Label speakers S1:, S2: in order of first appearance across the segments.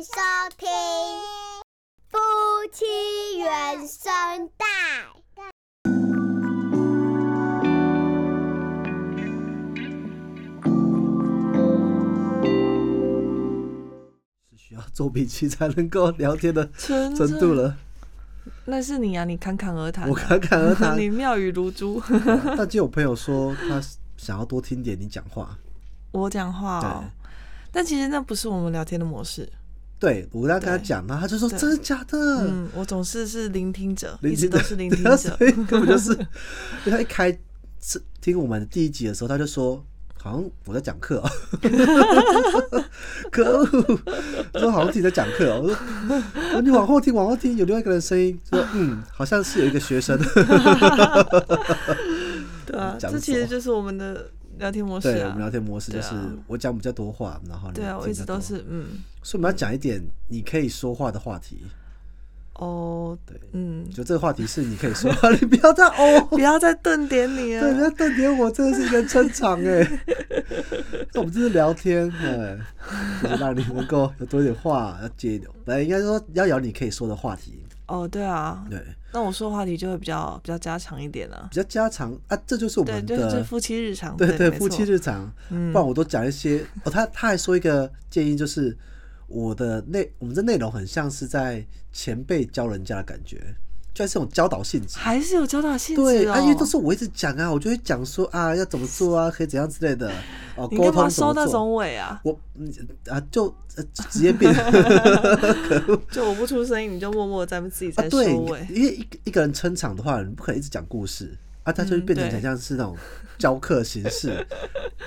S1: 听夫妻原声带。
S2: 是需要皱鼻器才能够聊天的
S3: 真
S2: 程度了。
S3: 那是你啊，你侃侃而 谈、啊，
S2: 我侃侃而谈
S3: 你妙语如珠。
S2: 但就有朋友说他想要多听点你讲话，
S3: 我讲话哦，但其实那不是我们聊天的模式。
S2: 对我跟他跟他讲嘛，他就说
S3: 对
S2: 真的假的，
S3: 嗯，我总是是聆听者，
S2: 聆
S3: 一直
S2: 听
S3: 都
S2: 的
S3: 是聆听
S2: 对啊
S3: 者
S2: 所。以根本就是， 因为他一开是听我们第一集的时候，他就说。好像我在讲课哦， 可恶！说好像自己在讲课哦。我说我说你 往后听，往后听，有另外一个人的声音，说嗯，好像是有一个学生。
S3: 对啊，
S2: 讲
S3: 这其
S2: 什
S3: 实
S2: 么
S3: 就是我们的聊天模式
S2: 对，我们
S3: 啊
S2: 聊。天模式就
S3: 对啊
S2: 是我讲比较多话，然后你
S3: 对啊，我
S2: 听
S3: 一
S2: 得
S3: 直都
S2: 多
S3: 是嗯，
S2: 所以我们要讲一点你可以说话的话题，
S3: 哦，
S2: 对，
S3: 嗯，
S2: 就这个话题是你可以说话， 你不要再哦，
S3: 不要再顿点你
S2: 对，不
S3: 啊！
S2: 要瞪点我，真的是人撑场哎。 那我们这是聊天，哎，就是让你能够有多一点话要接，本来应该说要聊你可以说的话题，
S3: 哦，对啊，
S2: 对，
S3: 那我说话题就会比较比较家常一点啊。
S2: 比较家常啊，这就是我
S3: 对，
S2: 们
S3: 就是
S2: 的。
S3: 夫妻日常。
S2: 对
S3: 对，没
S2: 夫妻
S3: 错
S2: 日常，
S3: 嗯
S2: 不然我都讲一些。哦，他他还说一个建议，就是我的内我们的内容很像是在前辈教人家的感觉，就是这种教导性质。
S3: 还是有教导性
S2: 对
S3: 质
S2: 啊，因为
S3: 哦
S2: 都。是我一直讲啊，我就会讲说啊，要怎么做啊，可以怎样之类的。哦，
S3: 你
S2: 沟
S3: 干嘛
S2: 通怎
S3: 收
S2: 么
S3: 那
S2: 做？
S3: 种尾啊？
S2: 我嗯啊，就呃就职业病 啊，
S3: 就我不出声音，你就默默地在自己在收
S2: 啊对
S3: 尾。，
S2: 因为一个一个人撑场的话，你不可能一直讲故事啊，他就会
S3: 嗯
S2: 变成
S3: 对
S2: 很像是那种教课形式。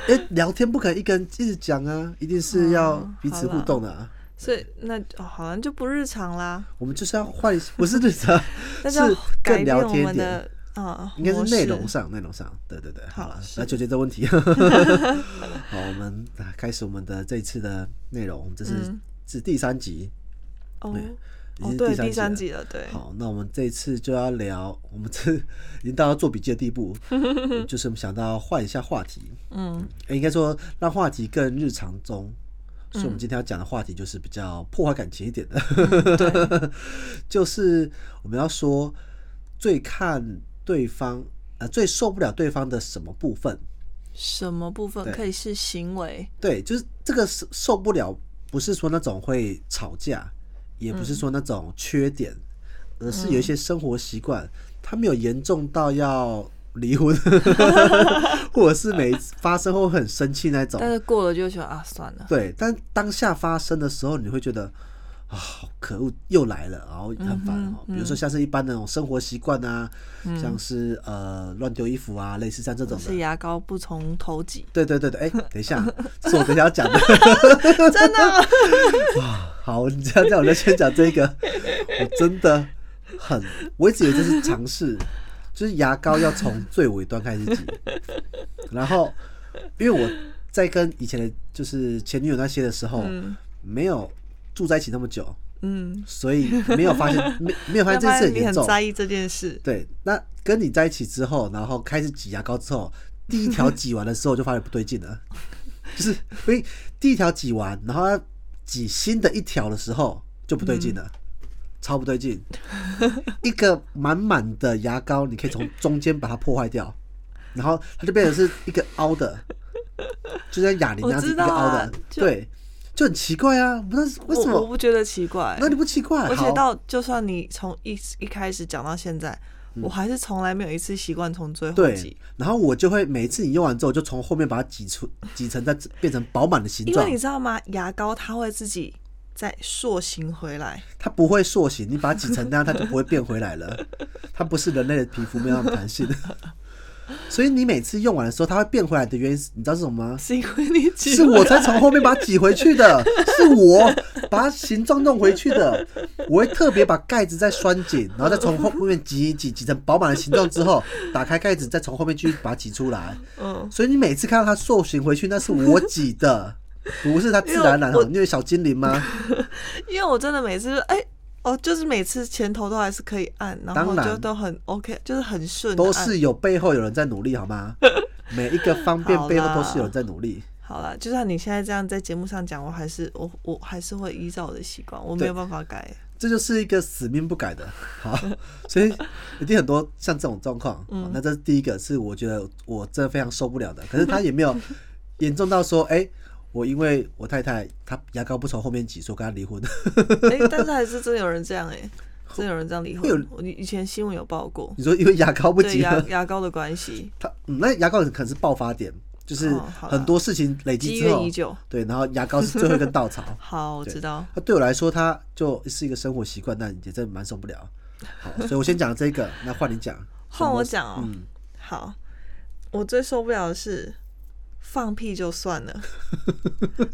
S2: 因为聊天不可能一个人一直讲啊，一定是要
S3: 哦
S2: 彼此
S3: 好
S2: 互
S3: 啦
S2: 动的啊。
S3: 所以那哦，好像就不日常啦，，
S2: 我们就是要换一些，不是日常
S3: 但
S2: 是
S3: 要改
S2: 更
S3: 变
S2: 聊
S3: 我
S2: 天一
S3: 们
S2: 点。
S3: 的啊，
S2: 应该是
S3: 模
S2: 内
S3: 式
S2: 容上，内容上，对对对，好
S3: 好
S2: 了，
S3: 是
S2: 来解决这问题。好，我们啊开始我们的这一次的内容，这是
S3: 嗯
S2: 是第三集，
S3: 哦
S2: 对已
S3: 哦，
S2: 经
S3: 对，
S2: 是
S3: 第三
S2: 集
S3: 集了，对
S2: 了。，好，那我们这一次就要聊，我们这已经到要做笔记的地步，就是我们想到换一下话题，
S3: 嗯，
S2: 应该说让话题更日常中。所以，我们今天要讲的话题就是比较破坏感情一点的，
S3: 对，
S2: 就是我们要说最看对方，呃，最受不了对方的什么部分？
S3: 什么部分
S2: 对
S3: 可以是行为？
S2: 对，就是这个受受不了，不是说那种会吵架，也不是说那种缺点，而是有一些生活习惯，他没有严重到要离婚，或者是每一次发生后很生气那种。
S3: 但是过了就觉得啊，算了，
S2: 对，但当下发生的时候，你会觉得啊，好可恶，又来了，然后很烦哦。比如说像是一般的那种生活习惯啊，像是呃乱丢衣服啊，类似像这种
S3: 是
S2: 的。
S3: 牙膏不从头挤，
S2: 对对对 对，哎、等一下，是我等一下要讲的。
S3: 真 的，
S2: 好，你这样叫我就先讲这个，我真的很，我一直以为这是尝试，就是牙膏要从最尾端开始挤，然后因为我在跟以前的就是前女友那些的时候，没有住在一起那么久，
S3: 嗯，
S2: 所以没有发现没没有发
S3: 要
S2: 现
S3: 不
S2: 这件事
S3: 然
S2: 很
S3: 你
S2: 严
S3: 很
S2: 重，
S3: 在意这件事，
S2: 对，那跟你在一起之后，然后开始挤牙膏之后，第一条挤完的时候就发现不对劲了， 就是因为第一条挤完，然后要挤新的一条的时候就不对劲了，
S3: 嗯
S2: 超不对劲。一个满满的牙膏，你可以从中间把它破坏掉，然后它就变成是一个凹的，就像哑铃那样子一
S3: 我知
S2: 个
S3: 道
S2: 凹
S3: 啊
S2: 的，
S3: 就
S2: 对，就很奇怪啊，不知道为什
S3: 我我
S2: 么。
S3: 不觉得奇怪
S2: 那，你不奇怪？
S3: 而且
S2: 好
S3: 到就算你从一一开始讲到现在，我还是从来没有一次习惯从最
S2: 嗯
S3: 后
S2: 对
S3: 挤，，
S2: 然后我就会每次你用完之后，就从后面把它挤出 挤成再变成饱满的形
S3: 因
S2: 状
S3: 为你，知道吗？牙膏它会自己再塑形回来，
S2: 它不会塑形，你把它挤成那样，它就不会变回来了。它不是人类的皮肤没有那么弹 性，所以你每次用完的时候，它会变回来的原因是，你知道是什么吗？
S3: 是因为你挤
S2: 是我才从后面把它挤回去的，是我把它形状弄回去的。我会特别把盖子再拴紧，然后再从后面挤一挤，挤成饱满的形状之后，打开盖子，再从后面继续把它挤出来。
S3: 嗯，
S2: 所以你每次看到它塑形回去，那是我挤的， 不是它自然染
S3: 因为我
S2: 好。你以为小精灵 吗？
S3: 因为我真的每次就哎、哦，就是每次前头都还是可以按，然
S2: 当
S3: 后
S2: 然
S3: 就都很 OK，就是很顺，
S2: 都是有背后有人在努力，好吗？每一个方便
S3: 好啦
S2: 背后都是有人在努力。
S3: 好了，就算你现在这样在节目上讲，我还是我我还是会依照我的习惯，我没有
S2: 对
S3: 办法改。
S2: 这就是一个死命不改的， 好，所以一定很多像这种状况、
S3: 嗯
S2: 好那这是第一个，是我觉得我真的非常受不了 的。可是他也没有严重到说，哎、我因为我太太她牙膏不从后面挤，所以我跟她离婚。
S3: 哎、但是还是真有人这样哎、 真有人这样离
S2: 会有
S3: 婚。我以前新闻有报过，
S2: 你说因为牙膏不
S3: 对
S2: 挤
S3: 牙
S2: 了，
S3: 牙膏的关系，
S2: 她、嗯、那牙膏可能是爆发点，就是
S3: 哦好啦
S2: 很多事情累积
S3: 积
S2: 之
S3: 怨
S2: 后
S3: 已，久。
S2: 对，然后牙膏是最后一根稻草。
S3: 好， 我
S2: 对
S3: 知道。
S2: 那对我来说，它就是一个生活习惯，但也真的蛮受不了。好，所以我先讲这 个，那换你讲。
S3: 换我讲哦、
S2: 嗯，
S3: 好，我最受不了的是放屁就算 了，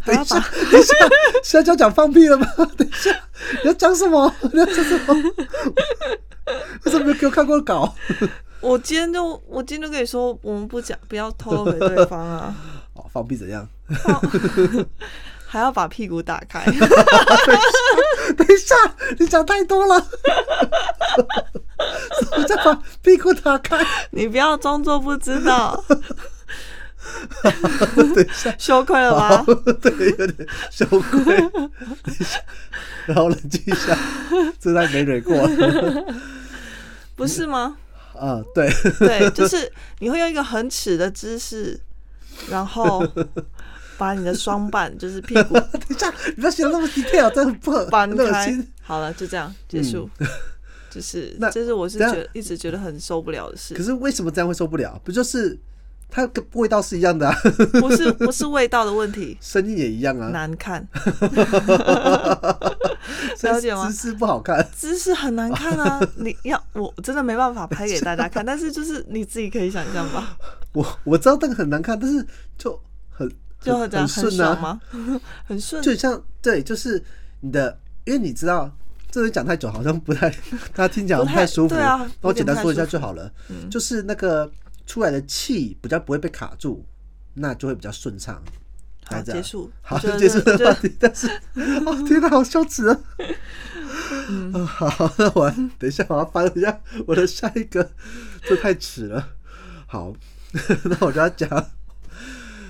S3: 还要把
S2: 等一下， 现在就要讲放屁了吗？ 等一下，你要讲什么？你要讲什么？为什么没有给我看过稿？
S3: 我今天就我今天就跟你说，我们不讲，不要透露给对方啊，
S2: 哦，放屁怎样？
S3: 还要把屁股打 开。
S2: 等一下，你讲太多了。 什么叫把屁股打开？
S3: 你不要装作不知道，
S2: 等一下，
S3: 羞愧了
S2: 好？
S3: 吧
S2: 对，有点 羞愧。等一下，然后冷静一下，这太没蕊过了。
S3: 不是吗？
S2: 啊，对，
S3: 对，就是你会用一个很耻的姿势，然后把你的双板就是屁股
S2: 等一下，你不要写 的那么 detail，真的不合
S3: 搬
S2: 很恶
S3: 开
S2: 心。。
S3: 好了，就这样结 束。就是
S2: 嗯那，
S3: 这是我是
S2: 等下
S3: 觉得一直觉得很受不了的事
S2: 可。是为什么这样会受不了？不就是它跟味道是一样的、啊，，
S3: 不是不是味道的问题
S2: 声音也一样啊。
S3: 难看，
S2: 所以
S3: 了解吗
S2: 姿势不好看，
S3: 姿势很难看啊！ 你要我真的没办法拍给大家看，但是就是你自己可以想象吧，
S2: 我我知道那个很难看，但是就很
S3: 就
S2: 很
S3: 这样很
S2: 顺
S3: 爽
S2: 啊，
S3: 吗？很顺，
S2: 就像对，就是你的，因为你知道。这人讲太久好像不太， 大家听起来好像
S3: 不太
S2: 舒服。
S3: 对啊
S2: 然后
S3: 有点嗯
S2: 简单
S3: 不太
S2: 说一下
S3: 舒服
S2: 就好了，就是那个出来的气比较不会被卡住，那就会比较顺畅。大
S3: 好
S2: 概这
S3: 结
S2: 样
S3: 束，
S2: 好，
S3: 我觉得
S2: 结束
S3: 我觉
S2: 这
S3: 得
S2: 话题，但是，哦，天哪，好羞耻啊！ 嗯，好，那我等一下，我要翻一下我的下一个，这太迟了。好， 那我就要讲，假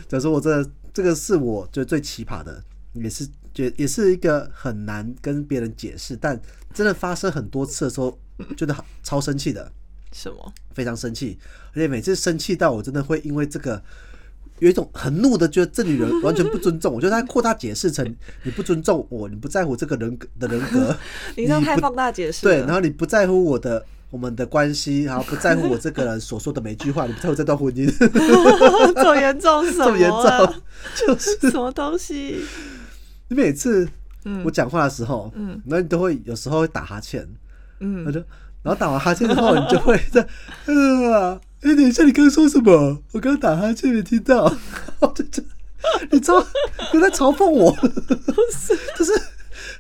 S2: 如说我真的这个是我觉得最奇葩的，也是觉也是一个很难跟别人解释，但真的发生很多次的时候， 觉得好超生气的。
S3: 什么？
S2: 非常生气，而且每次生气到我真的会因为这个有一种很怒的，觉得这女人完全不尊重我。我觉得她扩大解释成你不尊重我，你不在乎这个人格的人格，
S3: 你这样
S2: 你
S3: 太
S2: 不
S3: 放大解释
S2: 对，然
S3: 了。
S2: 后你不在乎我的我们的关系，然后不在乎我这个人所说的每一句话，你不在乎这段婚姻，
S3: 这么严重 什
S2: 这么严
S3: 么啊？
S2: 重，就是
S3: 什么东西？
S2: 你每次
S3: 嗯
S2: 我讲话的时候，嗯，然后你都会有时候会打哈欠，
S3: 嗯
S2: 我就然后打完哈欠之后，你就会 在，呃，哎、等一下，你刚刚说什么？我刚刚打哈欠没听到， 我就这，你知道你在嘲讽我，就是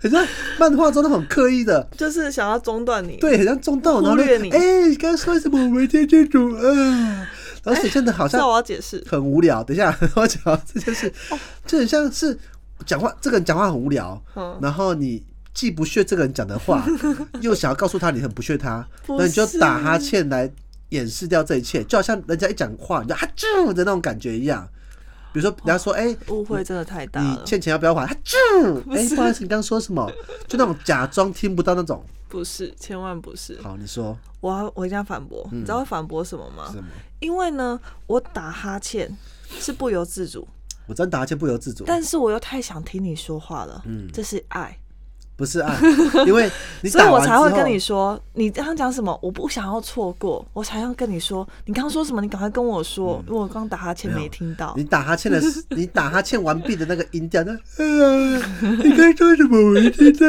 S2: 很像漫画中那种刻意的。
S3: 就是想要中断你。
S2: 对，很像中断，然后
S3: 忽
S2: 就
S3: 略你
S2: 哎、你刚刚说什么？我没听清楚啊。然后显现的好
S3: 这
S2: 像
S3: 我要解释。
S2: 很无聊。等一下， 我讲这件事，
S3: 哦
S2: 就很像是讲话，这个人讲话很无聊，
S3: 嗯
S2: 然后你既不屑这个人讲的 话，又想要告诉他你很不屑他，
S3: 不
S2: 那你就是打哈欠来掩饰掉这一切，就好像人家一讲话，你就哈啾的那种感觉一样。比如说，人家说，哎、
S3: 误会真的太大
S2: 你
S3: 了，
S2: 欠钱要不要还？哈啾，哎、不好意思，你刚刚说什么？就那种假装听不到那种。
S3: 不是，千万不是。
S2: 好，你说
S3: 我要我一定要反驳，你知道会反驳什么吗？
S2: 是什么？
S3: 因为呢，我打哈欠是不由自主，
S2: 我真打哈欠不由自主，
S3: 但是我又太想听你说话了，嗯，这是爱，
S2: 不是爱，因为你
S3: 所以
S2: 打
S3: 我
S2: 完之
S3: 才
S2: 后
S3: 会跟你说，你刚刚讲什么，我不想要错过，我才要跟你说，你刚刚说什么，你赶快跟我说，
S2: 嗯
S3: 因为我刚打哈欠没听到
S2: 你，打哈欠的 时，你打哈欠完毕的那个音调，那呃，你该说什么？我没听到，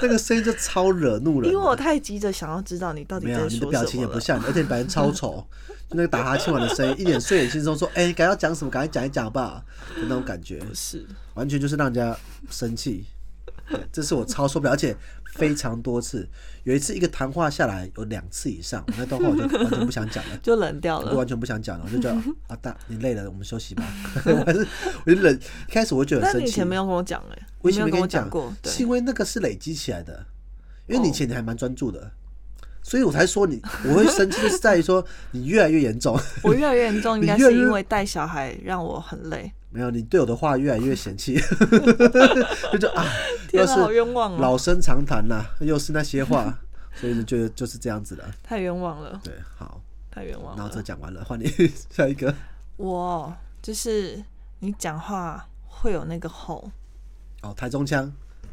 S2: 那个声音就超惹怒人
S3: 因
S2: 的。
S3: 为我太急着想要知道你到底
S2: 没
S3: 在
S2: 有，
S3: 说
S2: 你
S3: 什
S2: 的
S3: 么
S2: 表情也
S3: 了
S2: 不。像，而且你表情超 丑，就那个打哈欠完的声音，一脸睡眼惺忪说：“哎、你赶快要讲什么？赶快讲一讲好不好？”的那种感觉，
S3: 是，
S2: 完全就是让人家生气。对这是我超受不了，而且非常多次。有一次一个谈话下来有两次以上，那段话我就完全不想讲了。
S3: 就冷掉
S2: 我
S3: 了
S2: 完。全不想讲了，我就 觉得啊，大你累了，我们休息吧。 我还是我就冷，一开始我就觉得
S3: 那
S2: 很
S3: 你
S2: 生
S3: 以
S2: 气
S3: 前没。有跟我讲哎、
S2: 我以
S3: 你没
S2: 前
S3: 有
S2: 没
S3: 跟
S2: 跟
S3: 我
S2: 你讲
S3: 过，对，
S2: 是因为那个是累积起来的，因为你以前你还蛮专注
S3: 哦
S2: 的，所以我才说你我会生气， 就是在于说你越来越严重。
S3: 我越来越严重，应
S2: 你
S3: 该
S2: 越来
S3: 是
S2: 越
S3: 因为带小孩让我很累。
S2: 没有，你对我的话越来越嫌弃， 就就啊，
S3: 天
S2: 又
S3: 哪
S2: 是
S3: 好冤枉哦
S2: 老生常谈啦、又是那些话，所以就觉得就是这样子的。
S3: 太冤枉了，
S2: 对，好，
S3: 太冤枉
S2: 然后这
S3: 了。
S2: 讲完了，换你 下一个。
S3: 我就是你讲话会有那个吼，
S2: 哦，台中腔，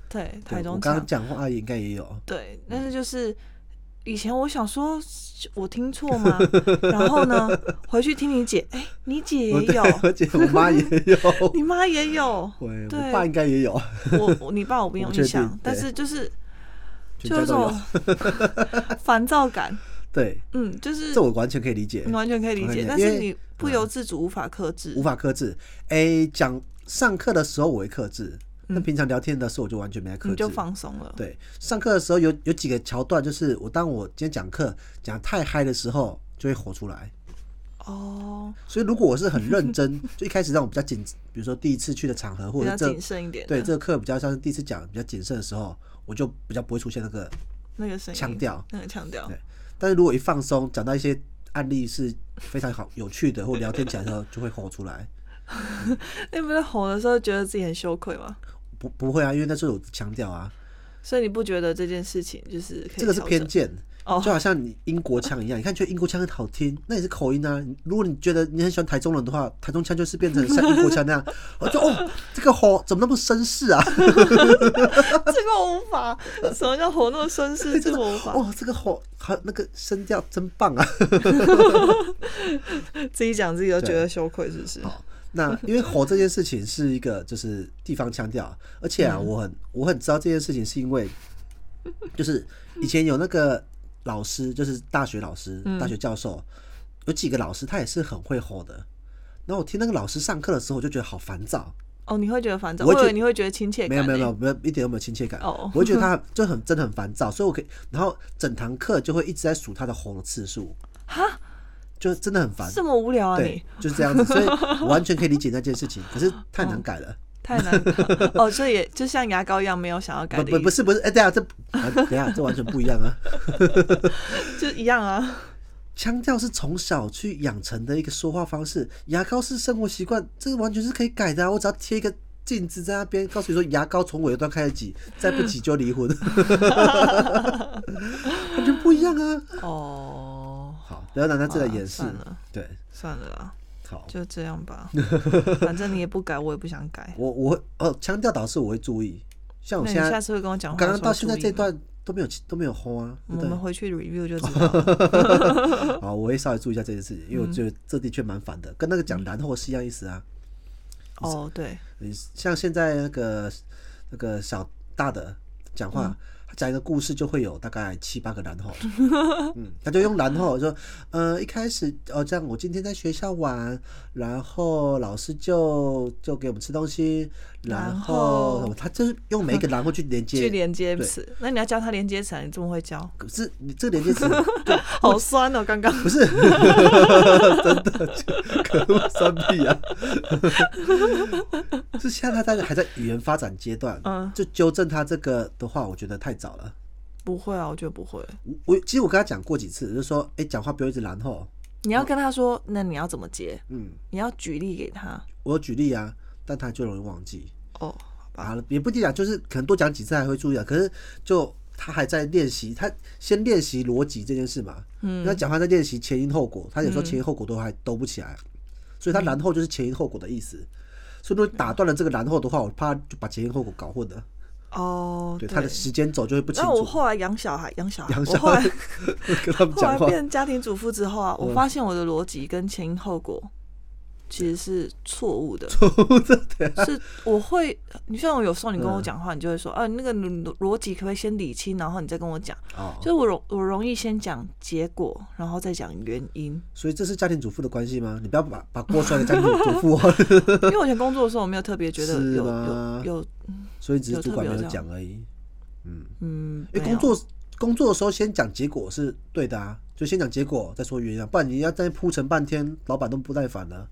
S3: 对，
S2: 对
S3: 台中
S2: 我刚
S3: 腔
S2: 刚，讲话也应该也有，
S3: 对，但是就是以前我想说我听错吗？ 然后呢，回去听你姐，哎、你姐
S2: 我
S3: 也
S2: 对
S3: 有，
S2: 而且我妈也 有，
S3: 你妈也有，
S2: 对，
S3: 对
S2: 我爸应该也有，啊
S3: 我我你爸我不用
S2: 不
S3: 印
S2: 确
S3: 象
S2: 定，
S3: 但
S2: 对
S3: 是就是
S2: 全
S3: 就
S2: 家
S3: 有
S2: 都有
S3: 种。 烦躁感，
S2: 对，
S3: 嗯，就是
S2: 这我完全可以理解
S3: 你，完全可以理
S2: 完
S3: 解，
S2: 全
S3: 但
S2: 因
S3: 是
S2: 为
S3: 你不由自主无法克制
S2: 无，法克制。哎，讲上课的时候我会克制，那平常聊天的时候我就完全没在克
S3: 嗯你
S2: 制，
S3: 就放松了。
S2: 对，上课的时候有有几个桥段，就是我当我今天讲课讲太嗨的时候，就会吼出来。
S3: 哦，
S2: 所以如果我是很认 真，就一开始让我比较谨，比如说第一次去的场合，或
S3: 比
S2: 者
S3: 较
S2: 这
S3: 谨慎一点。
S2: 对这，个课比较像是第一次讲比较谨慎的时候，我就比较不会出现那个。
S3: 那个声音，
S2: 腔调，
S3: 那个腔调
S2: 对，但是如果一放松，讲到一些案例是非常好有趣的，或聊天起来的时候，就会吼出来。
S3: 那不是吼的时候觉得自己很羞愧吗？
S2: 不不会啊，因为那是我的腔调啊，
S3: 所以你不觉得这件事情就是可以
S2: 这个是
S3: 调
S2: 偏
S3: 整
S2: 见。
S3: 哦
S2: 就好像你英国腔一样，你看觉得英国腔很好听，那也是口音啊。你如果你觉得你很喜欢台中人的话，台中腔就是变成像英国腔那样，我就哦，这个吼怎么那么绅士啊？
S3: 这个我无法。什么叫吼那么绅士？这个我无法。
S2: 哦， 这个吼还有那个声调真棒啊。
S3: 自己讲自己都觉
S2: 对
S3: 得羞愧，是不是？
S2: 好， 那因为吼这件事情是一个就是地方腔调，而且
S3: 嗯
S2: 啊，我很我很知道这件事情是因 为，就是以前有那个老师，就是大学老师、
S3: 嗯
S2: 大学教授，有几个老师他也是很会吼的。然后我听那个老师上课的时候，我就觉得好烦躁。
S3: 哦，你会觉得烦躁，
S2: 我
S3: 我
S2: 会觉
S3: 以
S2: 得
S3: 为你会觉得亲切
S2: 没有
S3: 感欸。
S2: 没有没有没有一点都没有亲切感。
S3: 哦
S2: 我会觉得 他就很真的很烦躁，所以我可以，然后整堂课就会一直在数他的吼的次数，
S3: 欸哈，
S2: 就真的很烦。
S3: 这么无聊啊
S2: 对
S3: 你，，
S2: 就是这样子，所以我完全可以理解那件事 情，可是
S3: 哦
S2: 太难改了。
S3: 太难哦，所以也就像牙膏一样，没有想要改
S2: 不
S3: 的
S2: 不
S3: 意
S2: 不
S3: 思，
S2: 是不是，哎、等一下这啊等一下这完全不一样啊！
S3: 就一样啊。
S2: 腔调是从小去养成的一个说话方式，牙膏是生活习惯，这个完全是可以改的啊！我只要贴一个镜子在那边，告诉你说牙膏从尾端开始挤，再不挤就离婚， 完全不一样啊！
S3: 哦，
S2: 好，不要拿它这来
S3: 好啦
S2: 掩饰
S3: 算了，
S2: 对，
S3: 算了啦，
S2: 好，
S3: 就这样吧。反正你也不改，我也不想改。
S2: 我我会哦，腔调导师我会注意，像我
S3: 那
S2: 现
S3: 你
S2: 在
S3: 下次会跟我讲话的
S2: 刚
S3: 时候
S2: 刚到现在
S3: 注
S2: 这
S3: 意吗，
S2: 段都没有都没有轰啊，对
S3: 我
S2: 不对
S3: 们？回去 review 就 知道了。
S2: 好，我会稍微注意一下这件事情，因为我觉得这的确蛮烦的，跟那个
S3: 嗯
S2: 讲然后是一样意思啊。
S3: 哦，对，
S2: 你像现在那个那个小大的讲
S3: 嗯
S2: 话，他讲一个故事就会有大概七八个然 后，嗯，他就用然后说，呃，一开始哦，这样我今天在学校玩，然后老师就就给我们吃东西，然
S3: 然
S2: 后
S3: 后
S2: 什么，他就是用每一个然后去连接，
S3: 去连接
S2: 对
S3: 词，那你要教他连接词啊，你这么 会教，
S2: 可是你这个连接词
S3: 好酸哦，刚刚。
S2: 不是， 真的，可恶，三 P 啊！ 是现在大家还在语言发展阶段，
S3: 嗯
S2: 就纠正他这个的话，我觉得太早了。
S3: 不会啊，我觉得不会。
S2: 我我其实我跟他讲过几次，就是说，哎、讲话不要一直然后，
S3: 你要跟他说，那你要怎么接？
S2: 嗯，
S3: 你要举例给他。
S2: 我有举例啊，但他就容易忘记
S3: 哦，
S2: 啊，也不一定啊，就是可能多讲几次还会注意啊，可是就。他还在练习，他先练习逻辑这件事嘛。嗯，那讲话在练习前因后果，他有时候前因后果都还兜不起来，所以他然后就是前因后果的意思。所以如果打断了这个然后的话，我怕就把前因后果搞混了。
S3: 哦，
S2: 对，他的时间轴就会不清
S3: 那我
S2: 楚。
S3: 后来养小孩，养小孩，
S2: 杨
S3: 我
S2: 小
S3: 后来
S2: 跟他们
S3: 后
S2: 讲
S3: 来
S2: 话，嗯
S3: 变家庭主妇之后啊，我发现我的逻辑跟前因后果其实是错误 的。
S2: 啊
S3: 是我会，你像我有时候你跟我
S2: 嗯
S3: 讲话，你就会说，啊，那个逻逻辑可不可以先理清，然后你再跟我讲。
S2: 哦，
S3: 就是我容我容易先讲结果，然后再讲原因。
S2: 所以这是家庭主妇的关系吗？你不要把把锅甩给家庭主妇 哦。
S3: 因为我以前工作的时候，我没有特别觉得
S2: 是
S3: 有
S2: 吗
S3: 有有，
S2: 所以只是
S3: 有
S2: 主
S3: 特
S2: 管
S3: 别
S2: 没
S3: 有
S2: 有
S3: 这样
S2: 讲而已。
S3: 嗯，
S2: 因为
S3: 没
S2: 工
S3: 有
S2: 作工作的时候先讲结果是对的啊，就先讲结果再说原因啊，不然你要再铺陈半天，老板都不耐烦了。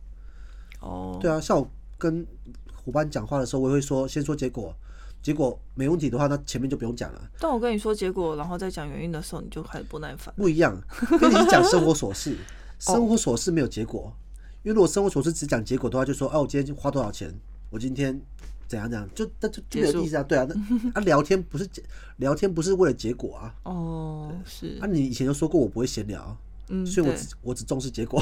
S3: 哦，
S2: 对啊，像我跟伙伴讲话的时候，我也会说先说结果，结果没问题的话，那前面就不用讲了。
S3: 但我跟你说结果，然后再讲原因的时候，你就开始不耐烦。 哦
S2: 不一样，跟你是讲生活琐事，生活琐事没有结果，因为如果生活琐事只讲结果的话，就说哦、啊，我今天花多少钱，我今天怎样怎样，就那就就没有
S3: 结束
S2: 意思啊。对啊，那啊聊天不是结聊天不是为了结果啊。
S3: 哦，是
S2: 啊，，你以前就说过我不会闲聊，
S3: 嗯，
S2: 所以我
S3: 对
S2: 只我只重视结 果。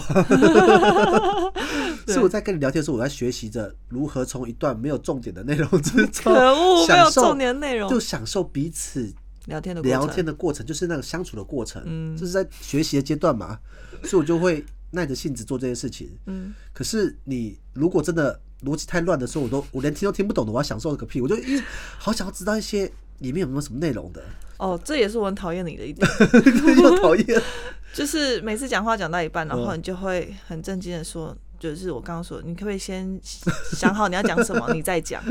S3: 对
S2: 所以我在跟你聊天的时候，我在学习着如何从一段没有重点的内容之 中，
S3: 可恶，没有
S2: 享受
S3: 重点内容
S2: 就，享受彼此
S3: 聊哦天的过
S2: 聊
S3: 程
S2: 天的过程，就是那个相处的过程，
S3: 嗯
S2: 这是在学习的阶段嘛，所以我就会耐着性子做这些事情。
S3: 嗯，
S2: 可是你如果真的逻辑太乱的时候，我都我连听都听不懂的，我要享受个屁！我就一直好想要知道一些里面有没有什么内容的，
S3: 哦，这也是我很讨厌你的一点，
S2: 又讨厌。
S3: 就是每次讲话讲到一半，然后
S2: 嗯
S3: 你就会很震惊的说，就是我刚刚说，你可不可以先想好你要讲什么，你 再讲，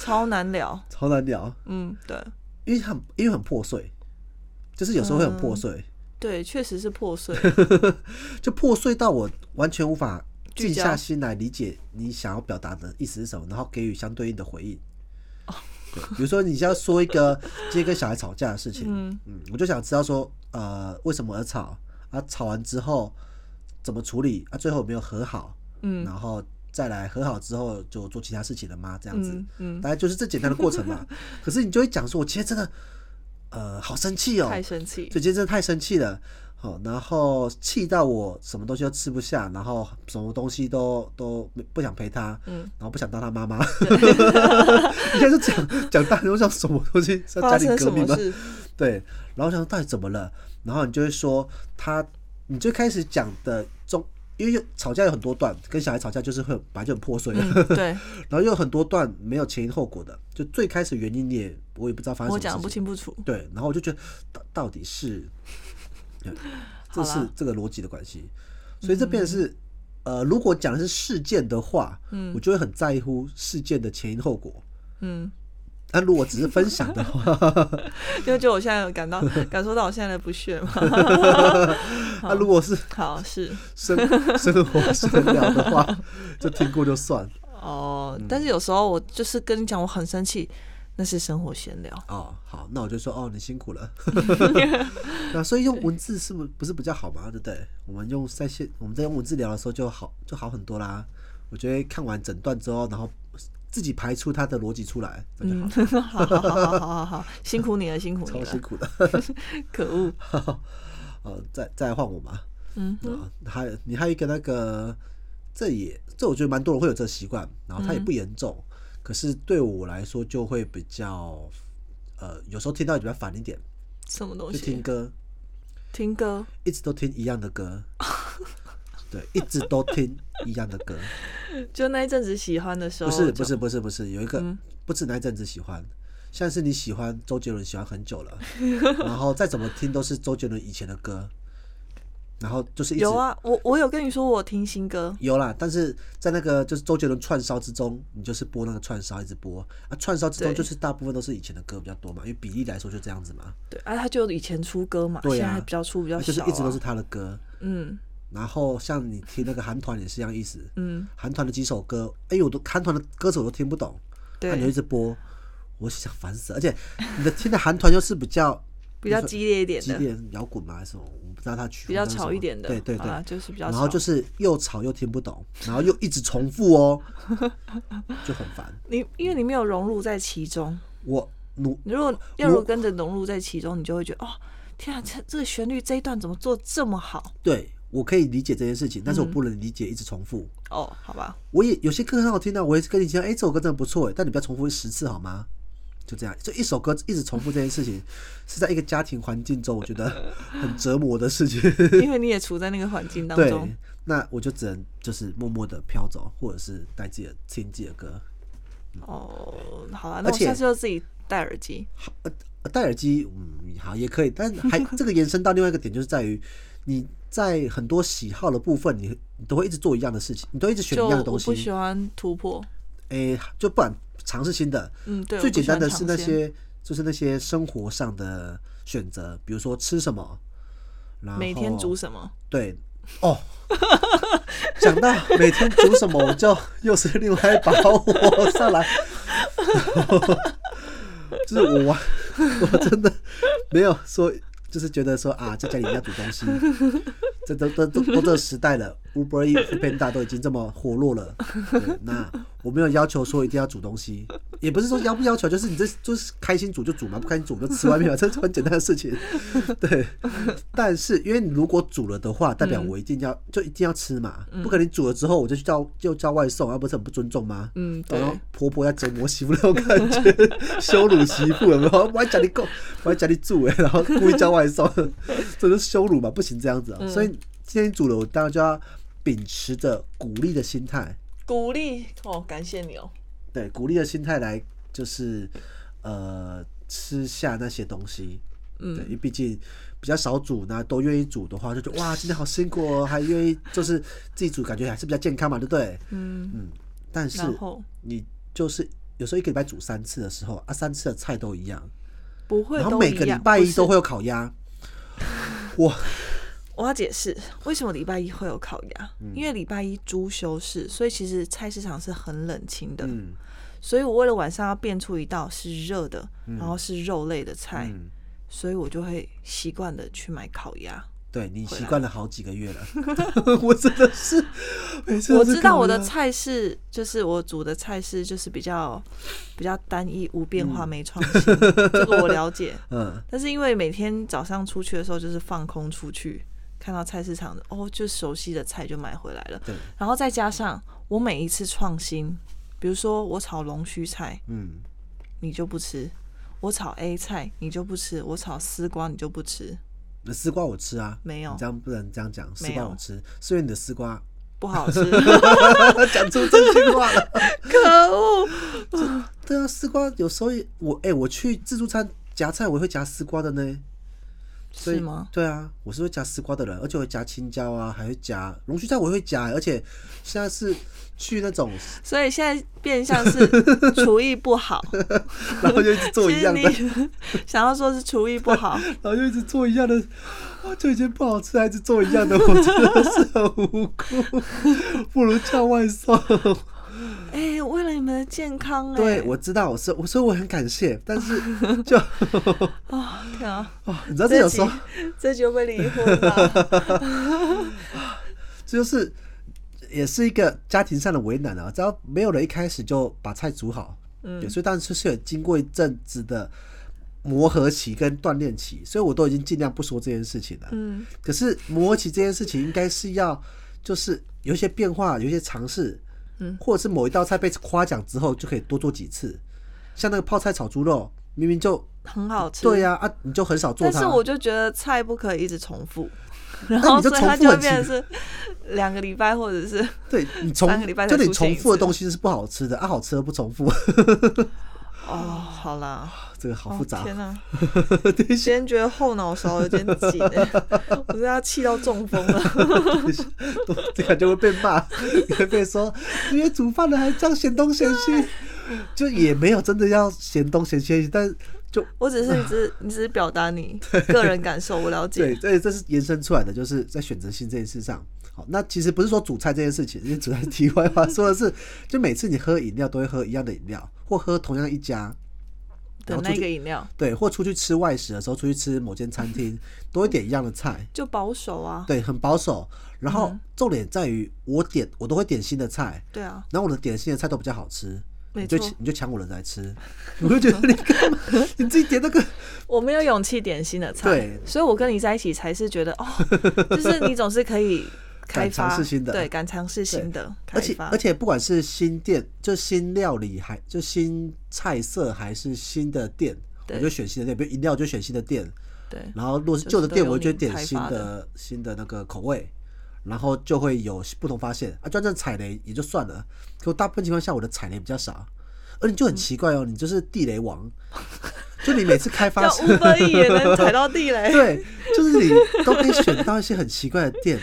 S3: 超难聊。
S2: 超难聊，
S3: 嗯，对
S2: 因为很因为很破碎，就是有时候会很
S3: 嗯
S2: 破碎，
S3: 对，确实是 破碎。
S2: 就破碎到我完全无法静
S3: 聚焦
S2: 下心来理解你想要表达的意思是什么，然后给予相对应的回应。
S3: 哦
S2: 对比如说，你要说一个今天跟小孩吵架的事情，
S3: 嗯
S2: 嗯，我就想知道说，呃，为什么而吵啊？吵完之后怎么处理啊？最后有没有和好？
S3: 嗯
S2: 然后再来和好之后就做其他事情了吗？这样子，
S3: 嗯嗯，
S2: 大概就是这简单的过程 嘛。可是你就会讲说，我今天真的，呃，好生气哦，
S3: 太生气
S2: 所。以今天真的太生气了，好，然后气到我什么东西都吃不下，然后什么东西都都不想陪他，
S3: 嗯
S2: 然后不想当他 妈妈。 你看就讲讲大人，我想什么东西像家
S3: 发
S2: 庭
S3: 生
S2: 革
S3: 什
S2: 命
S3: 么
S2: 吗？
S3: 事？
S2: 对，然后想到底怎么了，然后你就会说他，你最开始讲的中，因为有吵架有很多段，跟小孩吵架就是会本来就很破碎了，
S3: 嗯，对
S2: 然后又有很多段没有前因后果的，就最开始原因你也我也不知道发生
S3: 我
S2: 什
S3: 讲
S2: 么事
S3: 的不
S2: 情，
S3: 清不楚。
S2: 对，然后我就觉得到到底 是，对这
S3: 好
S2: 是
S3: 啦
S2: 这个逻辑的关系，所以这便是。呃，如果讲的是事件的话，
S3: 嗯
S2: 我就会很在乎事件的前因后果。
S3: 嗯，
S2: 那、如果只是分享的 话，
S3: 因为就我现在有感到 感受到我现在的不屑嘛。
S2: 那、如果是
S3: 好是
S2: 生生活 闲聊的话，就听过就算
S3: 哦，
S2: 嗯
S3: 但是有时候我就是跟你讲我很生气，那是生活闲聊。
S2: 哦。好，那我就说哦，你辛苦了。那所以用文字是不不是比较好嘛？对不对？我们用在线，我们在用文字聊的时候就好就好很多啦。我觉得看完整段之后，然后自己排出它的逻辑出来，那就好
S3: 嗯，好好好好好好好，辛苦你了，辛苦你
S2: 超辛
S3: 了，
S2: 苦的。
S3: 可恶。
S2: 呃，再再来换我嘛。
S3: 嗯哼，
S2: 啊，还有你还有一个那个，这也这我觉得蛮多人会有这个习惯，然后它也不严重，可是对我来说就会比较，呃，有时候听到也比较烦一点，
S3: 什么东
S2: 就听
S3: 西？
S2: 歌，
S3: 听歌
S2: 一直都听一样的 歌，对，一直都听一样的 歌，
S3: 就那一阵子喜欢的时候
S2: 不
S3: 就，
S2: 是不是不是不是，有一个、
S3: 嗯
S2: 不止那一阵子喜欢。像是你喜欢周杰伦喜欢很久 了，然后再怎么听都是周杰伦以前的歌，然后就是一直
S3: 有啊，我我有跟你说我听新歌，
S2: 有啦，但是在那个就是周杰伦串烧之中，你就是播那个串烧一直播啊，串烧之中
S3: 对
S2: 就是大部分都是以前的歌比较多嘛，因为比例来说就这样子嘛，
S3: 对啊，他就以前出歌嘛，
S2: 对啊
S3: 现在比较出比较
S2: 啊
S3: 少、啊，
S2: 就是一直都是他的歌。
S3: 嗯
S2: 然后像你听那个韩团也是一样意思，
S3: 嗯，
S2: 韩团的几首歌，哎、我都韩团的歌手我都听不懂，
S3: 对，
S2: 啊、你就一直播，我想烦死了，而且你的听的韩团又是比较
S3: 比较激烈一点
S2: 激
S3: 的，
S2: 烈摇滚嘛还是什么，我不知道他曲
S3: 比较吵一点的，
S2: 对对对
S3: 好，啦就是比较
S2: 然
S3: 吵，
S2: 后就是又吵又听不懂，然后又一直重复 哦，就很烦。
S3: 你因为你没有融入在其中，
S2: 我努
S3: 你如果要如
S2: 我
S3: 果跟着融入在其中，你就会觉得哦，天啊，这这个旋律这一段怎么做这么好？
S2: 对我可以理解这件事情，但是我不能理解一直重复。
S3: 哦，好 吧，
S2: 我也有些歌很好听的、我也是跟你讲，哎、这首歌真的不错哎，但你不要重复十次好吗？就这样，就一首歌一直重复这件事情，是在一个家庭环境中，我 觉得很折磨的事情。
S3: 因为你也处在那个环境当
S2: 对
S3: 中，，
S2: 那我就只能就是默默的飘走，或者是带自己的听自己的歌。
S3: 哦，好啦，
S2: 而
S3: 那我
S2: 且
S3: 下次就自己戴耳机，
S2: 呃戴耳机，嗯，好也可以，但还这个延伸到另外一个点，就是在于你在很多喜好的部分，你你都会一直做一样的事情，你都一直选
S3: 就
S2: 一样的
S3: 我
S2: 东西。
S3: 不喜欢突破，
S2: 诶、就不然尝试新的。
S3: 嗯，对，
S2: 最
S3: 我不
S2: 简
S3: 喜
S2: 单
S3: 欢
S2: 的是
S3: 尝
S2: 那
S3: 鲜
S2: 些，就是那些生活上的选择，比如说吃什么，然后
S3: 每天煮什么，
S2: 对哦。讲到每天煮什么，我就又是另外一把火上来，就是我完， 我真的没有 说，就是觉得说啊，在家里一定要煮东西，这都都都都这个时代了， Uber E、f o o Panda 都已经这么活络了，对那我没有要求说一定要煮东西，也不是说要不要求，就是你这就是开心煮就煮嘛，不开心煮我们就吃外面嘛， 这是很简单的事情。对，但是因为你如果煮了的话，代表我一定要、就一定要吃嘛，不可能煮了之后我就去叫就叫外送，那啊不是很不尊重吗？
S3: 嗯，对
S2: 然，后婆婆在折磨媳妇那种感觉，羞辱媳妇有没有？我在家里够，我在家里住哎，然后故意叫外 送，这就是羞辱嘛，不行这样
S3: 嗯
S2: 子啊。所以今天煮了，我当然就要秉持着鼓励的心态，
S3: 鼓励哦，感谢你哦。
S2: 对，鼓励的心态来就是呃吃下那些东西，
S3: 嗯
S2: 对，因为毕竟比较少煮呢，都愿意煮的话，就觉得哇，今天好辛苦哦，还愿意就是自己煮，感觉还是比较健康嘛，对不对？
S3: 嗯，
S2: 嗯，但是
S3: 然后
S2: 你就是有时候一个礼拜煮三次的时候啊，三次的菜都一样，
S3: 不会
S2: 然后
S3: 都
S2: 每
S3: 一
S2: 个礼
S3: 样
S2: 拜
S3: 不
S2: 一都
S3: 是
S2: 会有烤鸭，哇，
S3: 我要解释为什么礼拜一会有烤鸭，
S2: 嗯
S3: 因为礼拜一猪休市，所以其实菜市场是很冷清的。
S2: 嗯
S3: 所以我为了晚上要变出一道是热的，然后是肉类的菜，
S2: 嗯，
S3: 所以我就会习惯的去买烤鸭。
S2: 对你习惯了好几个月了， 我真的是，每次都
S3: 我
S2: 是
S3: 知道
S2: 烤
S3: 我的
S2: 鸭
S3: 菜式就是我煮的菜式就是比较比较单一无变化没创新，这个我了 解。
S2: 嗯
S3: 但是因为每天早上出去的时候就是放空出去，看到菜市场的哦，就熟悉的菜就买回来了。
S2: 对，
S3: 然后再加上我每一次创新，比如说我炒龙须菜，
S2: 嗯
S3: 你就不吃；我炒 A 菜，你就不吃；我炒丝瓜，你就不吃。
S2: 那丝瓜我吃啊，
S3: 没有
S2: 你这样不能这样讲，丝
S3: 没
S2: 瓜
S3: 有
S2: 我吃，是因为你的丝瓜
S3: 不好吃，
S2: 讲出真心话 了。
S3: 可恶！
S2: 对啊，丝瓜有时候也我哎、我去自助餐夹菜，我会夹丝瓜的呢。所以
S3: 是吗？
S2: 对啊，我是会夹丝瓜的人，而且我会夹青椒啊，还会夹龙须菜，我也会夹，而且现在是去那 种，
S3: 所以现在变相是厨艺不好，
S2: 然后就一直做
S3: 其
S2: 一
S3: 实
S2: 样的
S3: 你， 想要说是厨艺不好，
S2: 然后就一直做一样的，啊就已经不好吃，还是做一样的，我真的是很无辜， 不如叫外送。
S3: 哎、为了你们的健康、哎，
S2: 对，我知道，我是我，所以我很感谢，但是就
S3: 啊、天啊，
S2: 啊，你知道这有时候
S3: 这就被离 婚了。
S2: 这就是也是一个家庭上的为难啊。只要没有人一开始就把菜煮好，
S3: 嗯
S2: 对，所以当然是是有经过一阵子的磨合期跟锻炼期，所以我都已经尽量不说这件事情了。
S3: 嗯，
S2: 可是磨合期这件事情，应该是要就是有一些变化，有一些尝试，
S3: 嗯
S2: 或者是某一道菜被夸奖之后，就可以多做几次。像那个泡菜炒猪肉，明明就
S3: 很好吃。
S2: 对呀啊你就很少做
S3: 但
S2: 它。
S3: 是我就觉得菜不可以一直 重复，然
S2: 那
S3: 后
S2: 你就
S3: 所以
S2: 重
S3: 它
S2: 复
S3: 就
S2: 很
S3: 会变成
S2: 奇
S3: 是两个礼拜或者是
S2: 对你重
S3: 三个礼拜才
S2: 就你
S3: 出现
S2: 重
S3: 一
S2: 复的
S3: 次
S2: 东西是不好吃的啊，好吃的不重复，
S3: 哦，好啦，
S2: 这个好复杂
S3: 哦、。天哪、
S2: 等一下
S3: 今天觉得后脑勺有点紧、 欸，我都要气到中风了。
S2: 都 这感觉会被骂，你会被说因为煮饭的还这样嫌东嫌西，就也没有真的要嫌东嫌西，但就
S3: 我只是你只是你只是表 达你个人感受，我了
S2: 对，
S3: 解。
S2: 这这是延伸出来的，就是在选择性这件事上。好，那其实不是说煮菜这件事情，因为煮菜是题外话，说的是就每次你喝饮料都会喝一样的饮料，或喝同样一家，然
S3: 的
S2: 后出
S3: 那个
S2: 去
S3: 饮料
S2: 对，或出去吃外食的时候，出去吃某间餐厅都会点一样的菜，
S3: 就保守啊，
S2: 对，很保守。然后重点在于我点我都会点新的菜，
S3: 对啊，
S2: 然后我的点心的菜都比较好吃，
S3: 没
S2: 你就
S3: 错
S2: 你就抢我的来吃，我就觉得你干嘛？你自己点那 个，
S3: 我没有勇气点新的菜，
S2: 对
S3: 所以我跟你在一起才是觉得 哦，就是你总是可以开
S2: 敢尝
S3: 发
S2: 试新的
S3: 对，敢尝试新的开
S2: 而且
S3: 发，
S2: 而且不管是新店，就新料理还就新菜色，还是新的店，我
S3: 对
S2: 就选新的店，比如饮料我就选新的店，
S3: 对，
S2: 然后如果是
S3: 就是
S2: 旧的店，
S3: 都有
S2: 我就
S3: 你
S2: 点
S3: 开
S2: 新
S3: 发
S2: 的新的那个口味，然后就会有不同发现啊。就算踩雷也就算了，可我大部分情况下我的踩雷比较少，而你就
S3: 嗯
S2: 很奇怪哦，你就是地雷王，就你每次开发
S3: 叫
S2: 新
S3: 乌龟也能踩到地 雷，
S2: 对，就是你都可以选到一些很奇怪的店，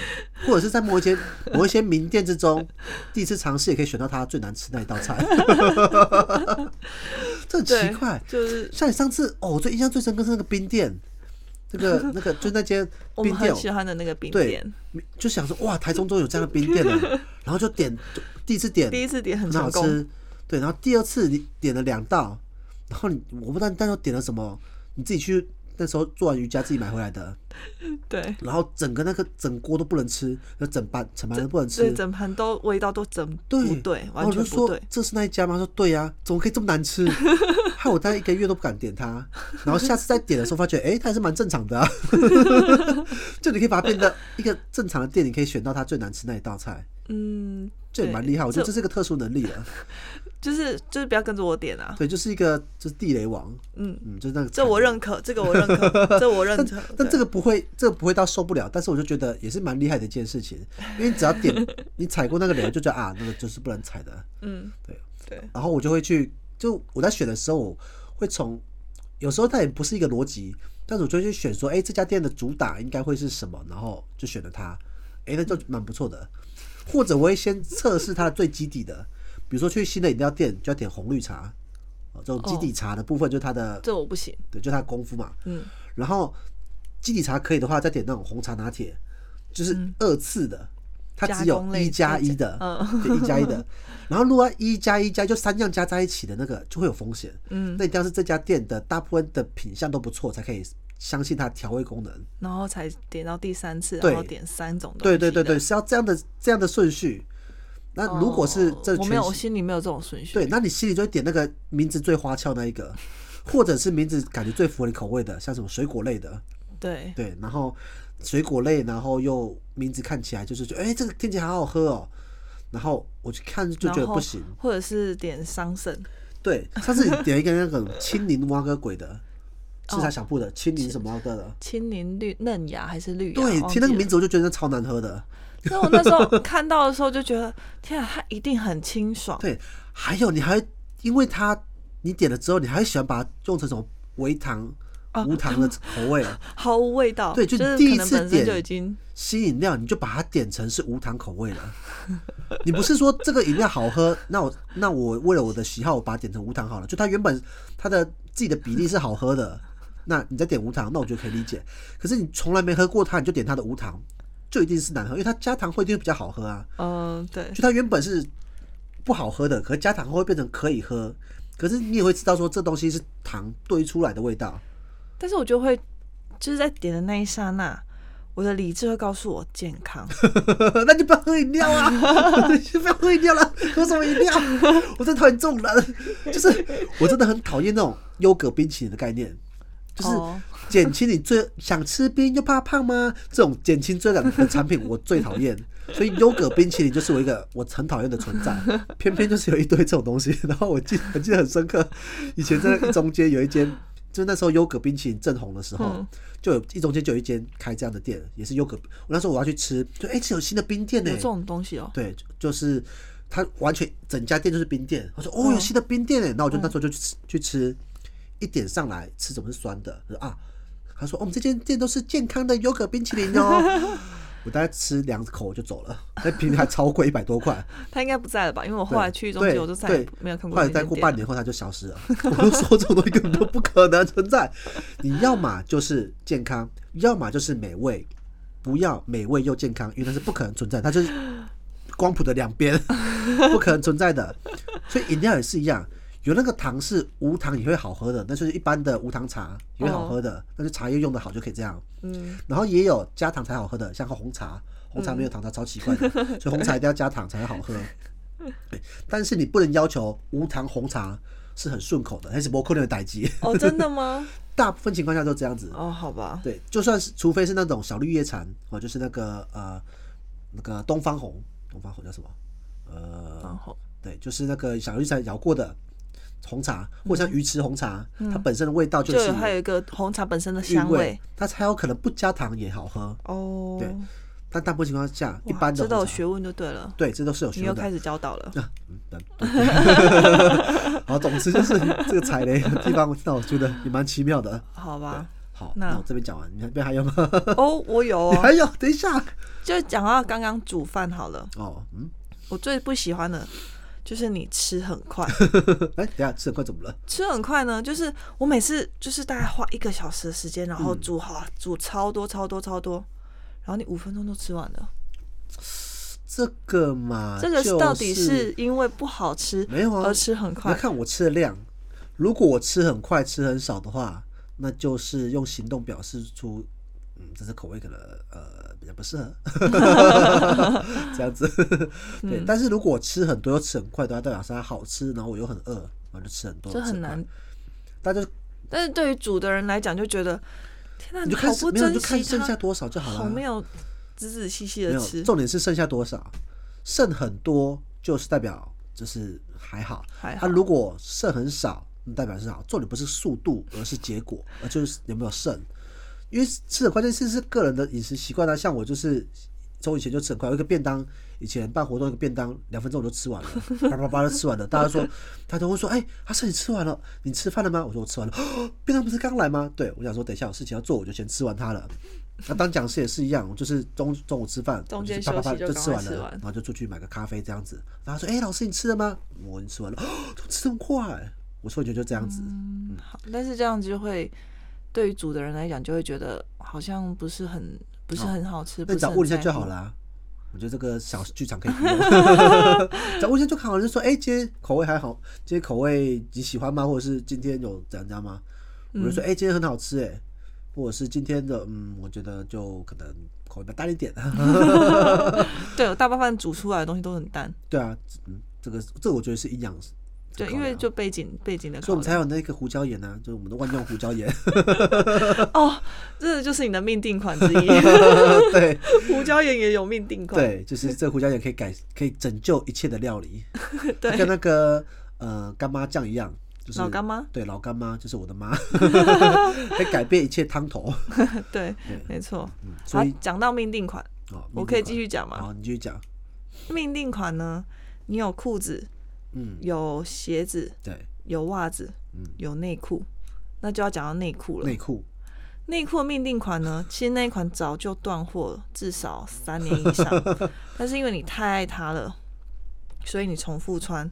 S2: 或者是在某一间某一些名店之中，第一次尝试也可以选到它最难吃那一道菜， 这很
S3: 对
S2: 奇怪。
S3: 就是
S2: 像你上次哦，我最印象最深刻是那个冰店，那个那个就那间
S3: 我
S2: 冰
S3: 们
S2: 店哦
S3: 很，喜欢的那个冰
S2: 对
S3: 店，，
S2: 就想说哇，台中都有这样的冰店了， 然后就点就第一次点，
S3: 第一次点很
S2: 很好
S3: 成功，
S2: 吃。对，然后第二次你点了两道，然后你我不知道你但又点了什么，你自己去那时候做完瑜伽自己买回来的，
S3: 对，
S2: 然后整个那个整锅都不能吃，那整盘整盘都不能
S3: 所以
S2: 吃。
S3: 整盘都味道都整不
S2: 对
S3: 对，
S2: 然
S3: 完
S2: 后我就
S3: 全不
S2: 说
S3: 对。
S2: 哦这是那一家吗？他说对呀、怎么可以这么难吃？ 害我大概一个月都不敢点它。然后下次再点的时候，发觉哎、它还是蛮正常的啊。 就你可以把它变得一个正常的店，你可以选到它最难吃那一道菜，
S3: 嗯，
S2: 这也
S3: 对
S2: 蛮厉害。我觉得这
S3: 这
S2: 是一个特殊能力了。
S3: 就是就是不要跟着我点啊。
S2: 对，就是一个就是地雷王，
S3: 嗯，
S2: 嗯，就是那个。
S3: 这我认可，这个我 认可，这我认
S2: 但
S3: 可。
S2: 但这个
S3: 个
S2: 不会，这个不会到受不了，但是我就觉得也是蛮厉害的一件事情，因为你只要 点你踩过那个雷，就觉得啊，那个就是不能踩的。
S3: 嗯，
S2: 对啊
S3: 对，
S2: 然后我就会去，就我在选的时候，我会从有时候它也不是一个逻辑，但是我就会去选说，哎、这家店的主打应该会是什么，然后就选了它，哎、那就蛮不错的。或者我会先测试它的最基底的，比如说去新的饮料店就要点红绿茶，哦，这种基底茶的部分就是它的，
S3: 这我不行。
S2: 对，就是它的功夫嘛。
S3: 嗯，
S2: 然后基底茶可以的话，再点那种红茶拿铁，就是
S3: 嗯
S2: 二次的，它
S3: 加
S2: 只有
S3: 工类
S2: 一加一
S3: 加
S2: 的，
S3: 嗯
S2: 对，一加一的。 然后如果要一加一加就三样加在一起的那个，就会有风险。
S3: 嗯
S2: 那一定要是这家店的大部分的品相都不错，才可以相信它的调味功能。
S3: 然后才点到第三次，
S2: 对
S3: 然后点三种东
S2: 对
S3: 西的。
S2: 对对对，是要这样的这样的顺序。那
S3: 哦。
S2: 如果是这
S3: 我
S2: 全
S3: 没有，我
S2: 是
S3: 心里没有这种顺序。
S2: 对，，那你心里就会点那个名字最花俏那一个，或者是名字感觉最符合你口味的，像什么水果类的，
S3: 对，
S2: 对，然后水果类，然后又名字看起来就是觉得，哎、这个听起来好好喝哦。然后我去看就觉得
S3: 然后
S2: 不行，
S3: 或者是点桑葚，
S2: 对，上次你点一个那种青柠蛙哥 鬼的，是他
S3: 哦
S2: 小布的青柠什么蛙哥的，
S3: 青柠绿嫩芽还是绿芽？
S2: 对，
S3: 忘
S2: 听那个
S3: 记了
S2: 名字我就觉得超难喝的。
S3: 所以我那时候看到的时候就觉得，天啊，它一定很清爽。
S2: 对，还有你还因为它你点了之后，你还喜欢把它用成什么微糖、
S3: 啊
S2: 无糖的口 味，
S3: 毫无味道。
S2: 对就
S3: 就
S2: 你
S3: 是
S2: 第一
S3: 可能
S2: 次
S3: 本身就
S2: 点
S3: 已经
S2: 新饮料你就把它点成是无糖口味了。 你不是说这个饮料好喝，那我那我为了我的喜好，我把它点成无糖好了。就它原本它的自己的比例是好喝的， 那你再点无糖，那我觉得可以理解。可是你从来没喝过它，你就点它的无糖，就一定是难喝，因为它加糖会一定会比较好喝啊。
S3: 嗯、对
S2: 就它原本是不好喝的，可是加糖后会变成可以喝。可是你也会知道说这东西是糖堆出来的味道，
S3: 但是我就会就是在点的那一刹那，我的理智会告诉我健 康。
S2: 那就不要喝饮料啊！ 就不要喝饮料了，喝什么饮料？我真的讨厌这种人，就是我真的很讨厌那种优格冰淇淋的概念，就是
S3: 哦
S2: 减轻你罪想吃冰又怕胖吗？这种减轻罪恶感的产品我最讨厌，所以优格冰淇淋就是我一个我很讨厌的存在。偏偏就是有一堆这种东西，然后我记我记得很深刻，以前在中街有一间，就是那时候优格冰淇淋正红的时候，
S3: 嗯
S2: 就有一中间就有一间开这样的店，也是优格。我那时候我要去吃，就哎、这有新的冰店呢、
S3: 有这种东西哦。
S2: 对，就就是它完全整家店就是冰店。我说哦，
S3: 嗯
S2: 有新的冰店哎，那我就那时候就去吃、去吃，一点上来吃怎么是酸的？我说啊，他说哦我们这间店都是健康的优格冰淇淋哦。 我大概吃两口我就走了，那评还超贵一百多块。
S3: 他应该不在了吧？因为我后
S2: 对
S3: 来去中介，
S2: 对
S3: 我就再也
S2: 对
S3: 没有看
S2: 后
S3: 过那
S2: 来
S3: 间
S2: 再
S3: 店了。
S2: 过半年后，它就消失了。 我就说这种东西根本就不可能存在。你要么就是健康，要么就是美味，不要美味又健康，因为它是不可能存在，它就是光谱的两边， 不可能存在的。所以饮料也是一样，有那个糖是无糖也会好喝的，那就是一般的无糖茶也会好喝的，那就茶叶用的好就可以这样。
S3: 嗯，
S2: 然后也有加糖才好喝的，像红茶，红茶没有糖它超奇怪的，所以红茶一定要加糖才会好喝。对，但是你不能要求无糖红茶是很顺口的，还是摩克的代机，
S3: 哦，真的吗？
S2: 大部分情况下都这样子。
S3: 哦，好吧，
S2: 对，就算是除非是那种小绿叶蝉，哦，就是那个呃那个东方红，东方红叫什么？
S3: 然
S2: 呃，
S3: 后
S2: 对，就是那个小绿叶蝉摇过的红茶，或者像鱼池红茶，它本身的味道就
S3: 嗯就是有还有一个红茶本身的
S2: 韵
S3: 香味
S2: 味，它才有可能不加糖也好喝。
S3: 哦。
S2: 对但大部分情况下，一
S3: 哇
S2: 般的
S3: 这都
S2: 红
S3: 有
S2: 茶
S3: 学问就对了。
S2: 对，这都是有
S3: 你
S2: 学
S3: 又
S2: 问的
S3: 开。始教导了，
S2: 嗯对对 好，总之就是这个踩雷的地方，让我觉得也蛮奇妙的。
S3: 好吧？
S2: 好，
S3: 那
S2: 那我这边讲完，你那边还有吗？
S3: 哦，我有
S2: 你
S3: 哦，
S2: 还有？等一下。
S3: 就讲到刚刚煮饭好了，
S2: 哦，嗯，
S3: 我最不喜欢的就是你吃很 快，
S2: 哎，等一下，吃很快怎么了？
S3: 吃很快呢，就是我每次就是大概花一个小时的时间，然后
S2: 嗯
S3: 煮好、煮超多超多超多，然后你五分钟就吃完了。
S2: 这个嘛，
S3: 这个
S2: 啊就是
S3: 到底是呃因为不好吃
S2: 没有啊
S3: 而吃很
S2: 你要
S3: 快？
S2: 看我吃的量。如果我吃很快、吃很少的话，那就是用行动表示出，嗯，这次口味可能呃比较不适 合，这样子。
S3: 嗯
S2: 对，但是如果吃很多又吃很快的话，代表是它好吃，然后我又很饿，然后就吃很多，
S3: 这
S2: 吃快
S3: 很难。。
S2: 大家就
S3: 但是对于煮的人来讲，就觉得天哪，
S2: 你就
S3: 好
S2: 看
S3: 不
S2: 没有你
S3: 珍
S2: 就看
S3: 惜
S2: 剩下
S3: 它，
S2: 多少就好了
S3: 好
S2: 啊。
S3: 没有仔仔细细
S2: 没
S3: 的
S2: 有
S3: 吃，
S2: 重点是剩下多少，剩很多就是代表就是还好，
S3: 还
S2: 它
S3: 好。
S2: 如果剩很少，那代表是好。重点不是速度，而是结果，而就是有没有剩。因为吃的关键是是个人的饮食习惯啊，像我就是从以前就吃很快，我一个便当，以前办活动一个便当两分钟我就吃完了，叭叭叭就吃完了。大家说，他都会说，哎、阿胜你吃完了，你吃饭了吗？我说我吃完了，哦便当不是刚来吗？对，我想说等一下有事情要做，我就先吃完它了。那当讲师也是一样，我就是中中午吃饭，
S3: 中间
S2: 我就是叭叭叭
S3: 休息就
S2: 就吃完
S3: 赶快吃
S2: 了
S3: 完，
S2: 然后就出去买个咖啡这样子。然后他说：“哎、老师，你吃了吗？”我已经吃完了，哦，怎么吃这么快？我说：“你觉得就这样子，
S3: 嗯，好，但是这样就会对于煮的人来讲，就会觉得好像不是很不是很好吃，
S2: 那
S3: 不
S2: 你只
S3: 是
S2: 要
S3: 很
S2: 问一下
S3: 在
S2: 就
S3: 乎
S2: 好。啦。”我觉得这个小剧场可以不 用，只要问一下就好了，就说：“哎、今天口味还好，今天口味你喜欢吗？或者是今天有怎样怎样吗？”我就说：“哎、
S3: 嗯
S2: 今天很好吃，哎，或者是今天的，嗯，我觉得就可能口味比较淡一点。”啊
S3: 对，大部分煮出来的东西都很淡，
S2: 对啊，嗯，这个这个我觉得是营养，
S3: 对，因为就背景背景 的
S2: 所以我
S3: 考
S2: 们才有那个胡椒盐啊，就是我们的万用胡椒 盐。
S3: 量哦，这就是你的命定款之 一。
S2: 对
S3: 胡椒盐也有命定款，
S2: 对，就是这个胡椒盐可以改，可以拯救一切的料理，
S3: 对
S2: 跟那个呃干妈酱一样，就是
S3: 老干妈
S2: 对老干妈就是我的 妈，可以改变一切汤头。
S3: 对
S2: 对，
S3: 没错。
S2: 嗯，所
S3: 好
S2: 以，
S3: 讲到命定款，
S2: 哦，
S3: 我可以继续讲
S2: 吗？
S3: 吗？
S2: 好，你继续讲。
S3: 命定款呢，你有裤子，
S2: 嗯，
S3: 有鞋子，
S2: 对，
S3: 有袜子，
S2: 嗯
S3: 有内裤，那就要讲到内裤了
S2: 内。裤
S3: 内裤的命定款 呢，其实那一款早就断货了，至少三年以上。 但是因为你太爱它了，所以你重 复穿，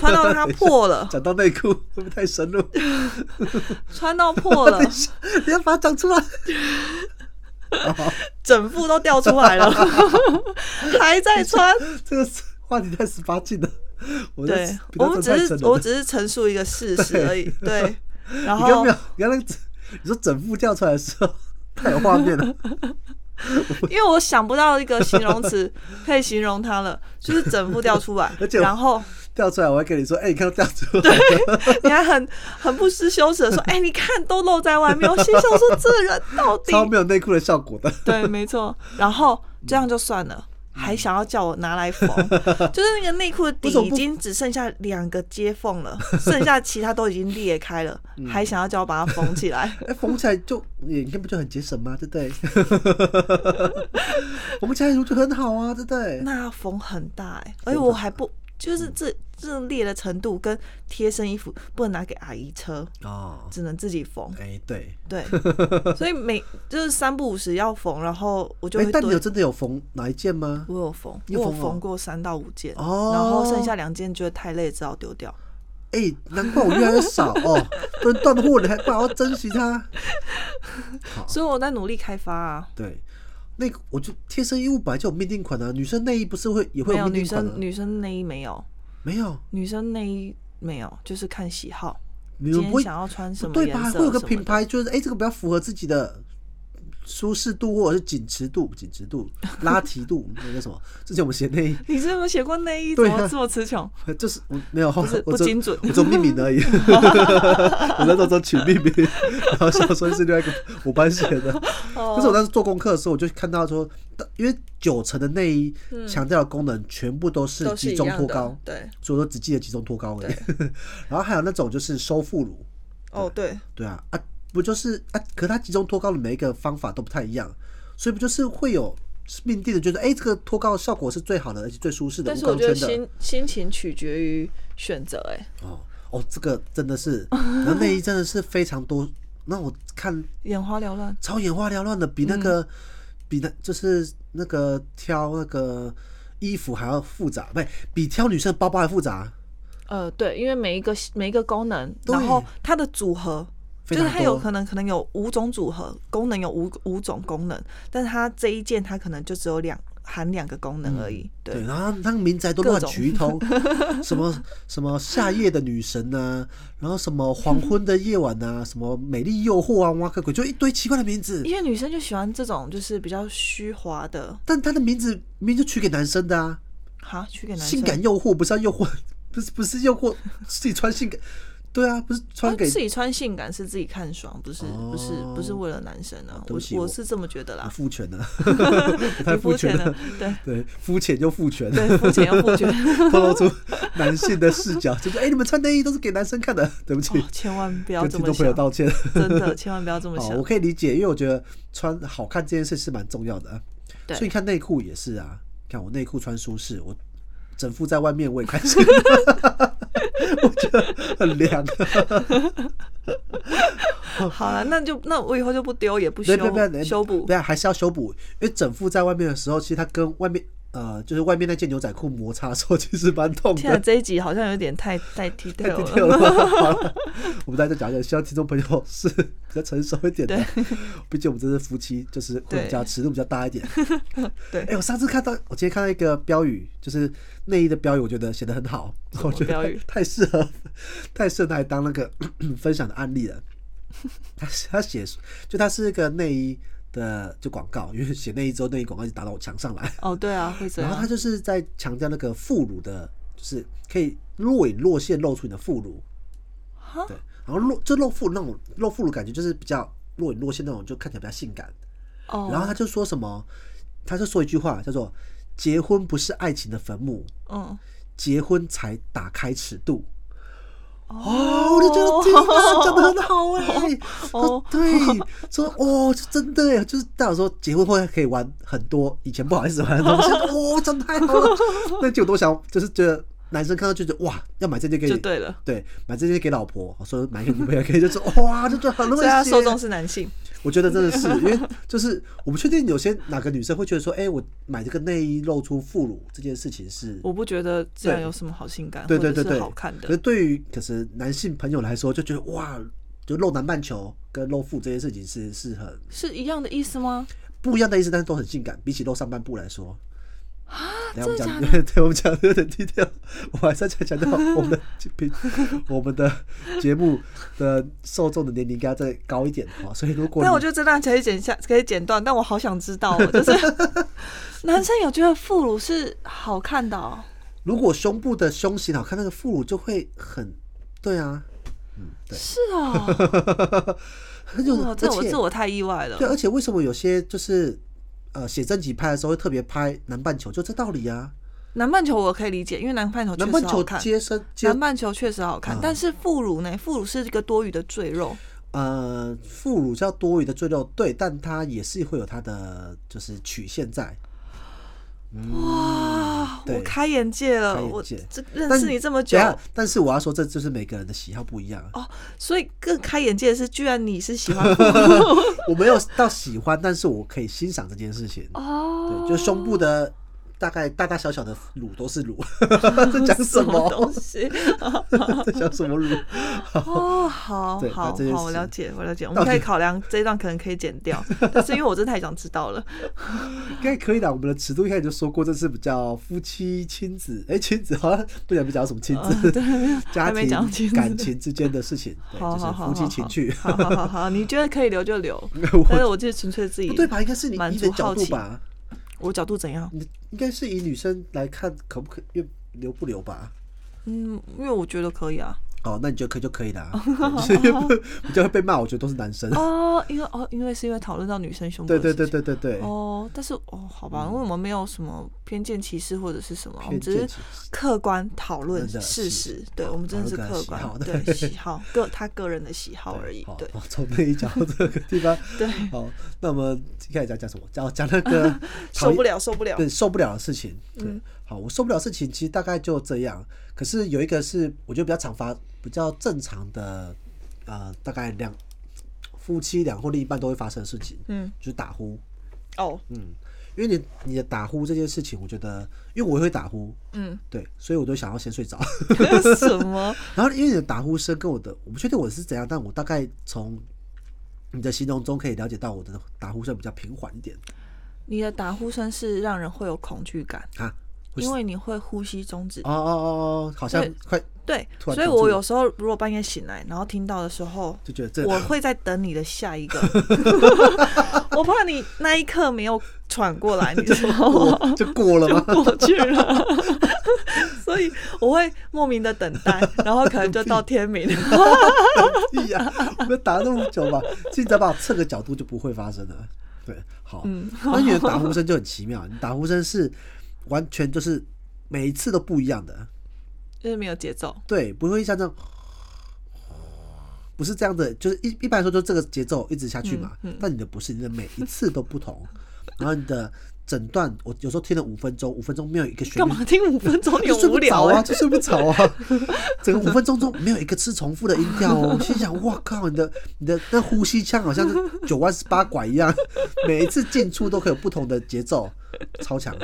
S3: 穿到它破了，
S2: 讲到内裤会不会太深入？
S3: 穿到破了，
S2: 你要把它讲出来。
S3: 整副都掉出来 了，还在穿。
S2: 这个是话题太十八禁了。 我这
S3: 对，
S2: 比较
S3: 我们
S2: 正太
S3: 只是
S2: 深了
S3: 我只是陈述一个事实而已。 对，然
S2: 你刚
S3: 后
S2: 没有，你刚那个整，你说整副掉出来的时候，太有画面了。
S3: 因为我想不到一个形容 词可以形容它了，就是整副掉出来
S2: 而，且我
S3: 然后
S2: 掉出来，我还跟你说，哎、你看到掉出来了，
S3: 你还很很不知羞耻的 说：“哎、你看都露在外面。”我心想说：“这个人到底
S2: 超没有内裤的效果的。
S3: 对，没错。”然后这样就算了。还想要叫我拿 来缝，就是那个内裤的底
S2: 嗯为什么
S3: 已
S2: 不
S3: 经只剩下两个接缝了，剩下其他都已经裂开了，
S2: 嗯
S3: 还想要叫我把它缝起 来。
S2: 哎、缝起来就眼睛不就很节省吗？对不对？ 缝起来就很好啊，对不对？
S3: 那缝很大哎、
S2: 缝
S3: 而且
S2: 很
S3: 我还不就是这这裂的程度跟贴身衣服不能拿给阿姨车，
S2: 哦，
S3: 只能自 己缝。
S2: 哎、对。
S3: 对，所以每就是三不五时要缝，然后我就
S2: 哎、
S3: 会
S2: 但你有
S3: 对。
S2: 真的有缝哪一件吗？
S3: 我有缝，
S2: 你
S3: 我
S2: 有
S3: 有
S2: 缝哦
S3: 缝过三到五件，
S2: 哦
S3: 然后剩下两件觉得太累，只好丢掉。
S2: 哎、难怪我越来越少哦，都断货了，你还不好好珍惜它。
S3: 所以我在努力开发啊。
S2: 对，那个我就贴身衣物本来就有命定款啊，女生内衣不是会也会
S3: 没
S2: 有
S3: 有
S2: 命
S3: 女
S2: 定款的、
S3: 生女生内衣没有，
S2: 没有，
S3: 女生内衣没有，就是看喜好。
S2: 你
S3: 今
S2: 们不
S3: 天
S2: 会
S3: 想要穿什
S2: 不
S3: 么
S2: 对
S3: 颜
S2: 吧？
S3: 色？
S2: 会有个品。牌，就是哎、这个比较符合自己的舒适度或者是紧实度、紧实 度、拉提度，那叫什么？之前我们写内衣，
S3: 你是有写过内衣？怎
S2: 对啊
S3: 么这么词穷？
S2: 就是我没有，后来
S3: 是
S2: 我
S3: 不
S2: 就
S3: 精准
S2: 我做命名 而已，我在那时候取命名，然后想说是另外一个我班写的。 可是我
S3: 哦，
S2: 当时做功课的时候，我就看到说，因为九成的内衣强调的功能全部都是
S3: 嗯都是
S2: 集
S3: 一
S2: 中
S3: 样
S2: 脱
S3: 的
S2: 高，
S3: 对，
S2: 所以我都只记得集中脱高而已。 然后还有那种就是收副乳，
S3: 哦对，
S2: 对啊，啊，不就是啊？可它集中脱高的每一个方法都不太一样，所以不就是会有命定的，觉得哎、诶这个脱高的效果是最好的，而且最舒适的，
S3: 但
S2: 无
S3: 是我
S2: 钢
S3: 觉得
S2: 圈的。
S3: 心心情取决于选择，哎，
S2: 哦哦，这个真的是，然后内衣真的是非常多，那我看
S3: 眼花缭乱。
S2: 超眼花缭乱的，比那个、
S3: 嗯
S2: 比那就是那个挑那个衣服还要复杂，不，比挑女生包包还复杂，
S3: 呃，对，因为每一个每一个功能，
S2: 对
S3: 然后它的组合，
S2: 非
S3: 就是
S2: 常多
S3: 它有可能可能有五种组合，功能有五五种功能，但是它这一件它可能就只有两含两个功能而已。
S2: 嗯
S3: 对，
S2: 对，然后那个名字还都乱取一 通，什么什么夏夜的女神呐、然后什么黄昏的夜晚 呐、什么美丽诱惑啊，哇个鬼，就一堆奇怪的名字。
S3: 因为女生就喜欢这种就是比较虚华的，
S2: 但他的名字名字取给男生的啊，
S3: 哈，取给男生。啊
S2: 性感诱惑不是要诱惑， 不是不是诱惑自己穿性感，对啊，不是穿给
S3: 啊自己穿性感是自己看爽，不是、不是
S2: 哦
S3: 不是为了男生啊。
S2: 对不
S3: 我
S2: 起我
S3: 我是这么觉得啦，
S2: 父 权的，
S3: 你
S2: 太父权
S3: 了
S2: 了，，
S3: 对
S2: 对，肤浅又父权，
S3: 对，肤浅 又 肤权，
S2: 透露出男性的视角，就是哎、你们穿内衣都是给男生看的，对不起，
S3: 哦千万不要
S2: 跟
S3: 这
S2: 听
S3: 么
S2: 众朋友
S3: 想，
S2: 道歉。
S3: 真的千万不要这么
S2: 好，
S3: 想
S2: 哦我。可以理解，因为我觉得穿好看这件事是蛮重要的啊。
S3: 对
S2: 所以你看内裤也是啊，你看我内裤穿舒适，我整副在外面我也开心，我觉得很 凉。
S3: 好了，那就那我以后就不丢也不
S2: 嗯对
S3: 修
S2: 对对，
S3: 修补
S2: 对啊，还是要修补，因为整副在外面的时候，其实它跟外面呃，就是外面那件牛仔裤摩擦的时候，其实蛮痛
S3: 天啊，
S2: 的。
S3: 这一集好像有点太太 detail
S2: 太
S3: 了。
S2: detail 了吧， 好了，我们大家讲讲，希望听众朋友是比较成熟一点的，毕竟我们这是夫妻，就是会比较尺度比较大一点。
S3: 对
S2: 哎、，我上次看到，我今天看到一个标语，就是内衣的标语，我觉得写的很好，我觉得
S3: 标语
S2: 太太适合，太适合拿来当那个 分享的案例了。他他写就它是一个内衣的就广告，因为写内衣之后，内衣广告就打到我墙上来，
S3: 哦，对啊，会这
S2: 然后他
S3: 样。
S2: 就是在强调那个副乳的，就是可以若隐若现露出你的副乳，
S3: 哈
S2: 对，然后露就露腹那种露腹乳感觉就是比较若隐若现那种，就看起来比较性感。
S3: 哦，
S2: 然后他就说什么，他就说一句话叫做“结婚不是爱情的坟墓，
S3: 嗯，
S2: 结婚才打开尺度”。
S3: 哦
S2: 哦，我就觉得这个讲的很好哎、
S3: 哦
S2: 哦，对，说哦，是真的哎，就是代表说结婚后可以玩很多以前不好意思玩的东西，哦，真的太好了。那就我都想，就是觉得男生看到就觉得哇，要买这件给
S3: 就
S2: 你，
S3: 对了。
S2: 对，买这件给老婆，说买给女朋友可以，就是哇，就觉得很容
S3: 所
S2: 易
S3: 以他
S2: 写
S3: 受众是男性，
S2: 我觉得真的是，因为就是我不确定有些哪个女生会觉得说，哎、我买这个内衣露出副乳这件事情是，
S3: 我不觉得这样有什么好性感，
S2: 对对对
S3: 或者
S2: 对，
S3: 是好看
S2: 可是
S3: 的。
S2: 对于可是男性朋友来说，就觉得哇，就露南半球跟露腹这件事情是是很
S3: 是一样的意思吗？
S2: 不一样的意思，但是都很性感，比起露上半部来说。等一下我
S3: 啊真
S2: 们讲，对我们讲有点低调，我还是要强调我 们的频，我们的节目的受众的年龄应该再高一点哈，所以如果
S3: 但我
S2: 你
S3: 觉得这段可以剪下，可以剪断。但我好想知 道哦，就是男生有觉得副乳是好看 的哦，
S2: 如果胸部的胸型好看，那个副乳就会很，对啊， 嗯，对，
S3: 是 哦，
S2: 很有，
S3: 哇
S2: 啊而
S3: 哦这我
S2: 且
S3: 这我太意外了
S2: 对，。而且为什么有些就是呃写真集拍的时候会特别拍南半球，就这道理啊。
S3: 南半球我可以理解，因为南半球哦确
S2: 南
S3: 实
S2: 半
S3: 好
S2: 球
S3: 看
S2: 接生接
S3: 南半球确实好看，
S2: 嗯
S3: 但是副乳呢？副乳是一个多余的赘肉，
S2: 呃副乳叫多余的赘肉，对，但它也是会有它的就是曲线在。
S3: 哇！
S2: 嗯对
S3: 啊我开眼界了，
S2: 开眼
S3: 我
S2: 界
S3: 这认
S2: 但
S3: 识你这么久
S2: 等，一下但是我要说，这就是每个人的喜好不一样。
S3: 哦，所以更开眼界的是，居然你是喜 欢副乳
S2: 我没有到喜欢，但是我可以欣赏这件事情。
S3: 哦，
S2: 对，就胸部的大概大大小小的乳都 是乳， 在讲什
S3: 么
S2: 么
S3: 东？西？
S2: 在讲什么乳？
S3: 哦，好
S2: 对
S3: 好
S2: 那这件
S3: 好，我
S2: 事
S3: 了解，我了解，我
S2: 到
S3: 们
S2: 底
S3: 可以考量这一段可能可以剪 掉，但是因为我真的太想知道了，
S2: 应该可以的。我们的尺度一开始就说过，这是比较夫妻、亲子， 哎、亲子好像不想不讲什么亲 子， 家
S3: 还没讲
S2: 庭
S3: 亲子
S2: 感情之间的事情，对，
S3: 好
S2: 就
S3: 好
S2: 是
S3: 好
S2: 夫
S3: 好
S2: 妻
S3: 好，
S2: 情 趣。
S3: 好好好好，你觉得可以留就留，但 是
S2: 我
S3: 我就是纯粹自己
S2: 不对吧？应该是你
S3: 满
S2: 你
S3: 足
S2: 的角
S3: 好
S2: 度
S3: 奇
S2: 吧？
S3: 我角度怎样？
S2: 你应该是以女生来看，可不可以留不留吧？
S3: 嗯，因为我觉得可以 啊。
S2: 哦，那你觉得可以就可以 啦，对就是不比较会被骂，我觉得都是男生。
S3: 哦，因为哦，因为是因为讨论到女生胸部
S2: 对
S3: 的
S2: 对
S3: 事
S2: 对对
S3: 情
S2: 对对，嗯
S3: 哦，但是哦，好吧，因为我们没有什么偏见歧视或者是什么，我们
S2: 偏
S3: 只
S2: 见
S3: 是
S2: 歧视
S3: 客观讨论
S2: 真的是
S3: 事实，对
S2: 好
S3: 我们真的是
S2: 讨论
S3: 客
S2: 个人喜好
S3: 观，
S2: 对
S3: 对喜好个他个人的喜好而已
S2: 好，，
S3: 对
S2: 好哦从那一讲到这个地方，
S3: 对，
S2: 好，那我们一开始讲讲什么？讲讲那个讨
S3: 受
S2: 厌
S3: 不了受不了，
S2: 对受不了的事情。
S3: 嗯
S2: 对，好，我受不了的事情其实大概就这样。可是有一个是我觉得比较常发、比较正常的，呃，大概两夫妻两或另一半都会发生的事情，
S3: 嗯，
S2: 就是打呼。
S3: 哦，
S2: 嗯，因为你你的打呼这件事情，我觉得因为我也会打呼，
S3: 嗯，
S2: 对，所以我就想要先睡着。
S3: 什么？
S2: 然后因为你的打呼声跟我的，我不确定我是怎样，但我大概从你的形容中可以了解到我的打呼声比较平缓一点。
S3: 你的打呼声是让人会有恐惧感，
S2: 啊，会
S3: 因为你会呼吸终止。
S2: 哦哦哦哦，好像
S3: 对
S2: 快
S3: 对，
S2: 突然
S3: 所以
S2: 停住
S3: 我有时候如果半夜醒来，然后听到的时候，
S2: 就觉得这
S3: 我会在等你的下一 个， 我怕你那一刻没有喘过来，你知道吗
S2: 过？ 就 过了
S3: 就
S2: 吗？
S3: 过去了， 所以我会莫名的等 待，然后可能就到天明。
S2: 屁呀、不要打那么久吧，其实只要把我侧个角度就不会发生了。对，好，
S3: 嗯
S2: 那你的打呼声就很奇妙，你打呼声是完全就是每一次都不一样的，
S3: 就是没有节奏。
S2: 对，不会像这样，不是这样的，就是一一般来说就这个节奏一直下去嘛。但你的不是，你的每一次都不同，然后你的整段我有时候听了五分钟，五分钟没有一个旋
S3: 干
S2: 律
S3: 嘛听五分钟？你
S2: 就
S3: 很
S2: 睡
S3: 无
S2: 不
S3: 聊
S2: 着啊，
S3: 欸
S2: 就睡不着啊。 整个五分钟中没有一个次重复的音调哦， 我心想，哇靠，你的你的那呼吸腔好像是九弯十八拐一样， 每一次进出都可以有不同的节奏，超强。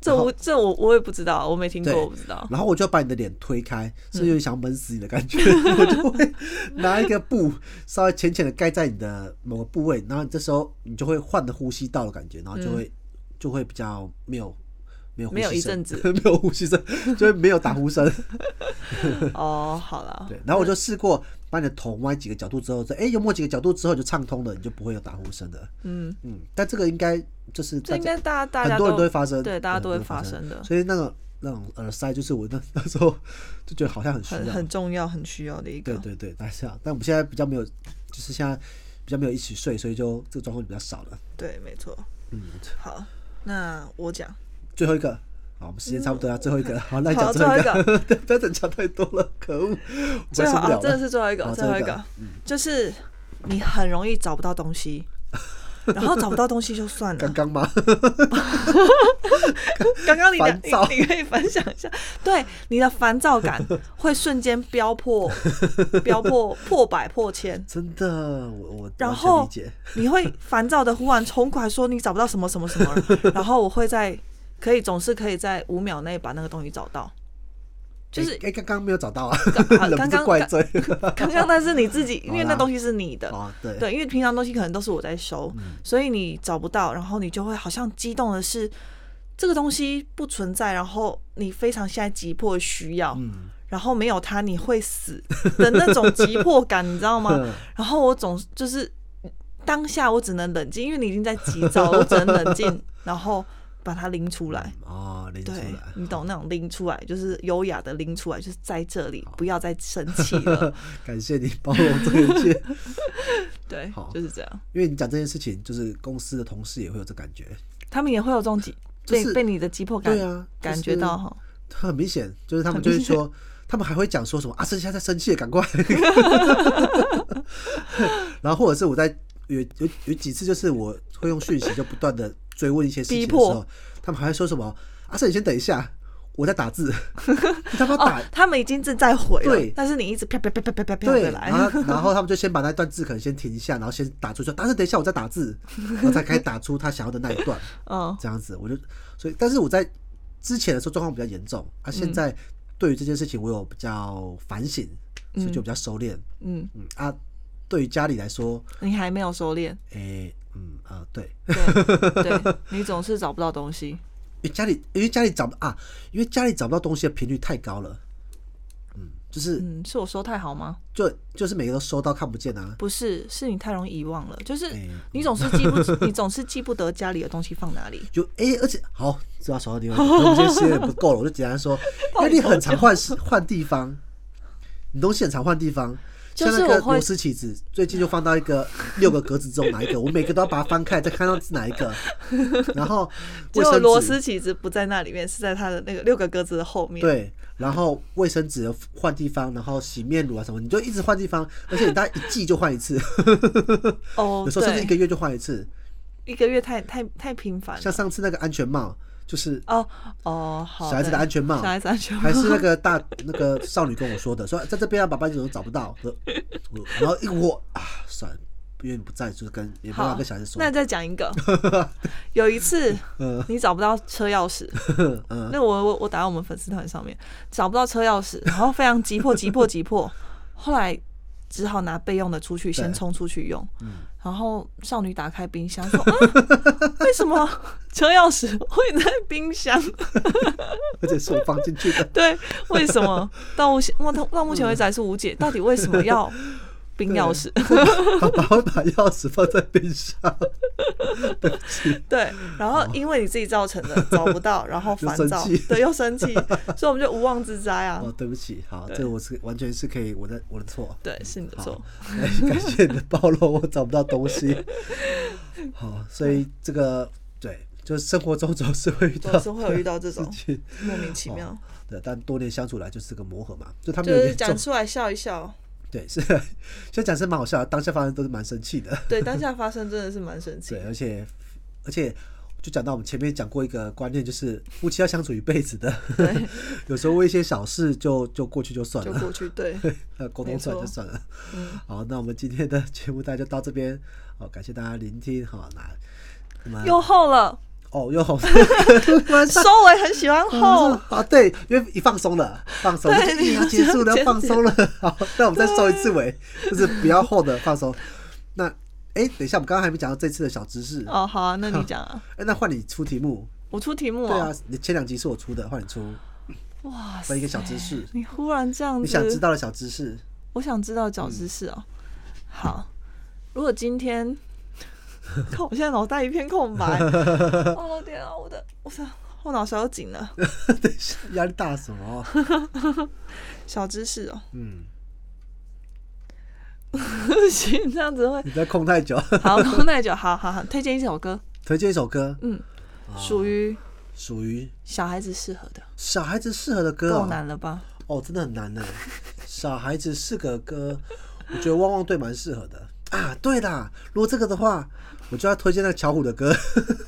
S3: 这我这我我也不知道，我没听过，
S2: 对
S3: 我不知 道。
S2: 然后我就要把你的脸推开，是有点想闷死你的 感觉，我就会拿一个布稍微浅浅的盖在你的某个部位，然后你这时候你就会换的呼吸道的感觉，然后就会、就会比较没有没有呼
S3: 没有
S2: 吸
S3: 一
S2: 声
S3: 阵 子
S2: 没有呼吸声，就会没有打呼声。
S3: 哦，好了，
S2: 对，然后我就试过把你的头歪几个角度之后，说哎、有没有几个角度之后就畅通了，你就不会有打呼声的。
S3: 嗯，
S2: 嗯，但这个应该就是
S3: 这
S2: 大
S3: 应
S2: 家
S3: 该大家大
S2: 很
S3: 家
S2: 多
S3: 都
S2: 人都会发生，
S3: 对，大家都会
S2: 很多
S3: 发
S2: 人都
S3: 生的，
S2: 所以那种那种耳塞就是我那那时候就觉得好像很需
S3: 很
S2: 要。
S3: 很重要、很需要的一
S2: 对
S3: 个。
S2: 对对，大家这样。但我们现在比较没有，就是现在比较没有一起睡，所以就这个状况就比较少了。
S3: 对，没错。
S2: 嗯，
S3: 好，那我讲。
S2: 最后一个，好，我们时间差不多要最后一个 了，好，那你
S3: 嗯好
S2: 讲最后一
S3: 最后
S2: 个， 不要再讲太多了，可恶，我
S3: 最
S2: 快受
S3: 后
S2: 不
S3: 啊
S2: 了，
S3: 真的
S2: 了。
S3: 是最后一个
S2: 好，
S3: 最后
S2: 最
S3: 一
S2: 后一啊嗯
S3: 个，就是你很容易找不到 东西，然后找不到东西就算
S2: 刚
S3: 了。
S2: 刚吗？
S3: 刚刚你的
S2: 烦
S3: 你
S2: 躁
S3: 你可以分享一下，对你的烦 躁感会瞬间飙破，飙破破百破千。
S2: 真的，我我
S3: 然
S2: 完全
S3: 后
S2: 理解，
S3: 你会烦躁的忽然冲过来说你找不到什么什么什么 了，然后我会在可以总是可以在五秒内把那个东西找到，就是
S2: 哎，哎刚刚没有找到啊，
S3: 啊
S2: 忍
S3: 刚
S2: 不住
S3: 刚
S2: 怪罪
S3: 刚刚那是你自 己，因为
S2: 好
S3: 那
S2: 啦
S3: 东西是你 的，
S2: 啊，对，嗯
S3: 对，因为平常东西可能都是我在收，所以你找不到，然后你就会好像激动的是这个东西不存在，然后你非常现在急迫需要，
S2: 嗯，
S3: 然后没有它你会死的那种急迫感，你知道
S2: 嗯
S3: 吗？然后我总就是当下我只能冷静，因为你已经在急躁了，我只能冷静，然后把它拎出来。
S2: 哦， 拎出
S3: 对
S2: 来，
S3: 你懂那种拎出来，就是优雅的拎出来，就是在这里，不要再生气 了。
S2: 感谢你包容这一切，
S3: 对
S2: 好，
S3: 就是这样。
S2: 因为你讲这件事情，就是公司的同事也会有这感觉，
S3: 他们也会有这种急，
S2: 就
S3: 被
S2: 是
S3: 被你的急迫感
S2: 对啊，
S3: 感
S2: 就是
S3: 觉到哈，
S2: 很明显，就是他们就会说，他们还会讲说什么啊，这现在在生气，赶快。 然后或者是我在有有有几次，就是我会用讯息就不断的追问一些事情
S3: 逼
S2: 的时
S3: 迫
S2: 候，他们还会说什么啊，这你先等一下，我在打 字，你他妈打
S3: 哦，他们已经正在回
S2: 对
S3: 了，但是你一直啪啪啪啪啪啪啪
S2: 对，
S3: 回
S2: 然
S3: 来，
S2: 后然后他们就先把那段字可能先停一下，然后先打出说，但是等一下我再打字， 然后才开始打出他想要的那一段。
S3: 嗯，
S2: 这样子，我就所以，但是我在之前的时候状况比较严重，啊，现在对于这件事情我有比较反省，所以就比较收敛。
S3: 嗯，
S2: 嗯啊，对于家里来说，
S3: 你还没有收敛，
S2: 诶、嗯啊、呃对，
S3: 对，对你总是找不到东西，
S2: 因为家里因为家里找不啊，因为家里找不到东西的频率太高了，嗯，就是
S3: 嗯，是我说太好吗？
S2: 就就是每个都收到看不见啊，
S3: 不是，是你太容易遗忘了，就是
S2: 哎
S3: 你总是记不，你总是记不得家里的东西放哪里，
S2: 就诶、而且好，知道手到地方，我们今天时间也不够了，我就简单 说，因为你很常换换地方，你东西很常换地方。
S3: 就是
S2: 像那个
S3: 我会
S2: 螺丝起子，最近就放到一个六个格子中哪一个，我每个都要把它翻开，再看到是哪一个。然 后
S3: 结
S2: 卫
S3: 果
S2: 生
S3: 螺
S2: 纸
S3: 丝起子不在那里面，是在它的那个六个格子的后面，
S2: 对，然后卫生纸换地方，然后洗面乳啊什么，你就一直换地方，而且你大概一季就换一次，
S3: 哦，
S2: 有时候甚至一个
S3: 对，
S2: 月就换一次。
S3: 一个月太太太频繁
S2: 像
S3: 了，
S2: 上次那个安全帽，就是
S3: 哦哦，好，
S2: 小孩子的
S3: 对
S2: 安全帽
S3: 小孩子安全帽
S2: 还，是那个大 那个少女跟我说的，说在这边啊，爸爸怎么找不到？我我然后一我啊，算了，因为你不在，就是跟也没办法跟小孩子说嗯
S3: 那。再讲 一个，有一次你找不到车钥 匙，那我我我打 到我们粉丝团上面找不到车钥匙，然后非常急迫急迫急迫，后来只好拿备用的出去，先
S2: 对
S3: 冲出去用。
S2: 嗯
S3: 然后少女打开冰 箱说：“啊，为什么车钥匙 会在冰箱？。
S2: 而且是我放进去的
S3: 对，为什么？到目前到到目前为止还是无解，到底为什么要冰钥匙？
S2: 爸爸会把钥匙放在冰箱，
S3: 对，然后因为你自己造成的找不到，然后
S2: 哦 又
S3: 烦
S2: 生
S3: 躁
S2: 气，
S3: 对，又生 气，所以我们就无妄之灾啊
S2: 哦，。对不起，好，
S3: 对
S2: 这我是完全是可以，我的我的错，
S3: 对，是你的错
S2: 好。哎感谢你的暴露，我找不到东 西。好，所以这个对，就是生活中总是会遇到，
S3: 总是会有遇到 这种
S2: 事情，
S3: 莫名其妙，
S2: 对，但多年相处来就是个磨合嘛，哦就他们
S3: 就
S2: 有
S3: 是
S2: 点
S3: 讲
S2: 重，
S3: 出来笑一笑。
S2: 对，是，现在讲是蛮好笑的，当下发生都是蛮生气的，
S3: 对，当下发生真的是蛮神奇
S2: 对，。而且而且就讲到我们前面讲过一个观念，就是夫妻要相处一辈子的，
S3: 对，
S2: 有时候为一些小事就就过去就算
S3: 就
S2: 了，
S3: 过去。 对，
S2: 呃，沟通出来
S3: 没错
S2: 就算了。
S3: 嗯，
S2: 好，那我们今天的节目大家就到这边，好，感谢大家聆听，好，那我们
S3: 又 厚了，
S2: 哦又好，
S3: 收尾很喜欢厚。
S2: 啊，对，因为一放松了，放松，
S3: 哦对
S2: 就疫情结束了，
S3: 你要这样
S2: 放松了。 好，那我们再收一次尾，就是不要厚的放松。那，哎，等一下，我们刚刚还没讲到这次的小知识。
S3: 哦，好啊，那你讲啊，
S2: 哎，那换你出题目。
S3: 我出题目
S2: 对啊
S3: 哦。，
S2: 你前两集是我出的，换你出。
S3: 哇塞
S2: 问一个小知 识，
S3: 你忽然这样
S2: 你
S3: 子，
S2: 想知道的小知识。
S3: 我想知道饺子是哦。
S2: 嗯
S3: 好，如果 今天，看我现在脑袋一片空白。哦天啊，我的，我的后脑勺又紧 了。
S2: 等一下，压力大什么？
S3: 小知识哦，
S2: 嗯，
S3: 不 行，这样子 会
S2: 你在空太久。
S3: 好。空太久，好好好，推荐一首歌，
S2: 推荐一首歌，
S3: 嗯，属于
S2: 属于
S3: 小孩子适合的，
S2: 小孩子适合的歌
S3: 够
S2: 哦。
S3: 难了吧？
S2: 哦，真的很难呢。小孩子适合歌，我觉得汪汪队蛮适合的啊。对啦，如果这个的话，我就要推荐那个巧虎的歌，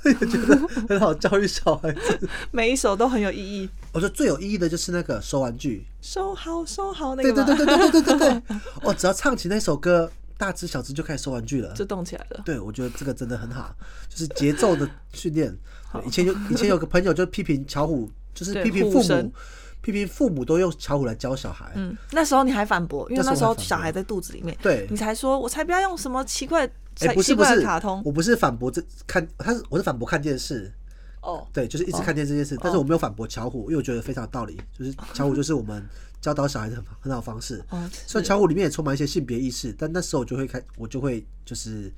S2: 也觉得很好教育小孩子。
S3: 每一首都很有意义。
S2: 我觉得最有意义的就是那个收玩具，
S3: 收好，收好，那
S2: 对
S3: 个
S2: 对
S3: 吗
S2: 对对对对对对对。哦，只要唱起那首歌，大只小只就开始收玩具了。
S3: 就动起来了。
S2: 对，我觉得这个真的很好，就是节奏的训练。对以前有以前有个朋友就批评巧虎，就是
S3: 对
S2: 批评
S3: 虎
S2: 父母
S3: 神，
S2: 批评父母都用巧虎来教小孩。
S3: 嗯，那时候你还反驳，因为
S2: 那
S3: 那
S2: 时
S3: 时
S2: 候我
S3: 候
S2: 还反驳
S3: 小孩在肚子里面，
S2: 对
S3: 你才说，我才不要用什么奇怪、
S2: 哎、不是
S3: 奇
S2: 不
S3: 怪
S2: 是
S3: 的卡通
S2: 我不是反驳这看，他是我是反驳看电视，
S3: 哦。
S2: 对，就是一直看电视这件事，但是我没有反驳巧虎，因为我觉得非常有道理，就是巧虎就是我们教导小孩的很很好的方式。
S3: 哦，
S2: 虽然巧虎里面也充满一些性别意识，但那时候我就会开，我就会就是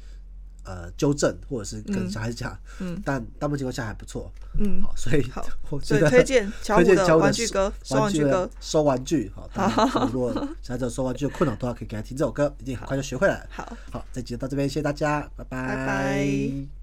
S2: 呃纠正或者是跟
S3: 嗯
S2: 小孩讲，
S3: 嗯
S2: 但大部分情况下还不错，
S3: 嗯，
S2: 好，所以
S3: 好
S2: 我觉
S3: 所以
S2: 得
S3: 推荐巧虎
S2: 推荐
S3: 的
S2: 巧虎
S3: 玩具歌收玩具歌，
S2: 收玩具，好，大 家如果小孩子有收玩具的困扰的话，可以给他听这首歌，一定很快就学会了。
S3: 好。
S2: 好，这集就到这边，谢谢大家，拜拜
S3: 拜拜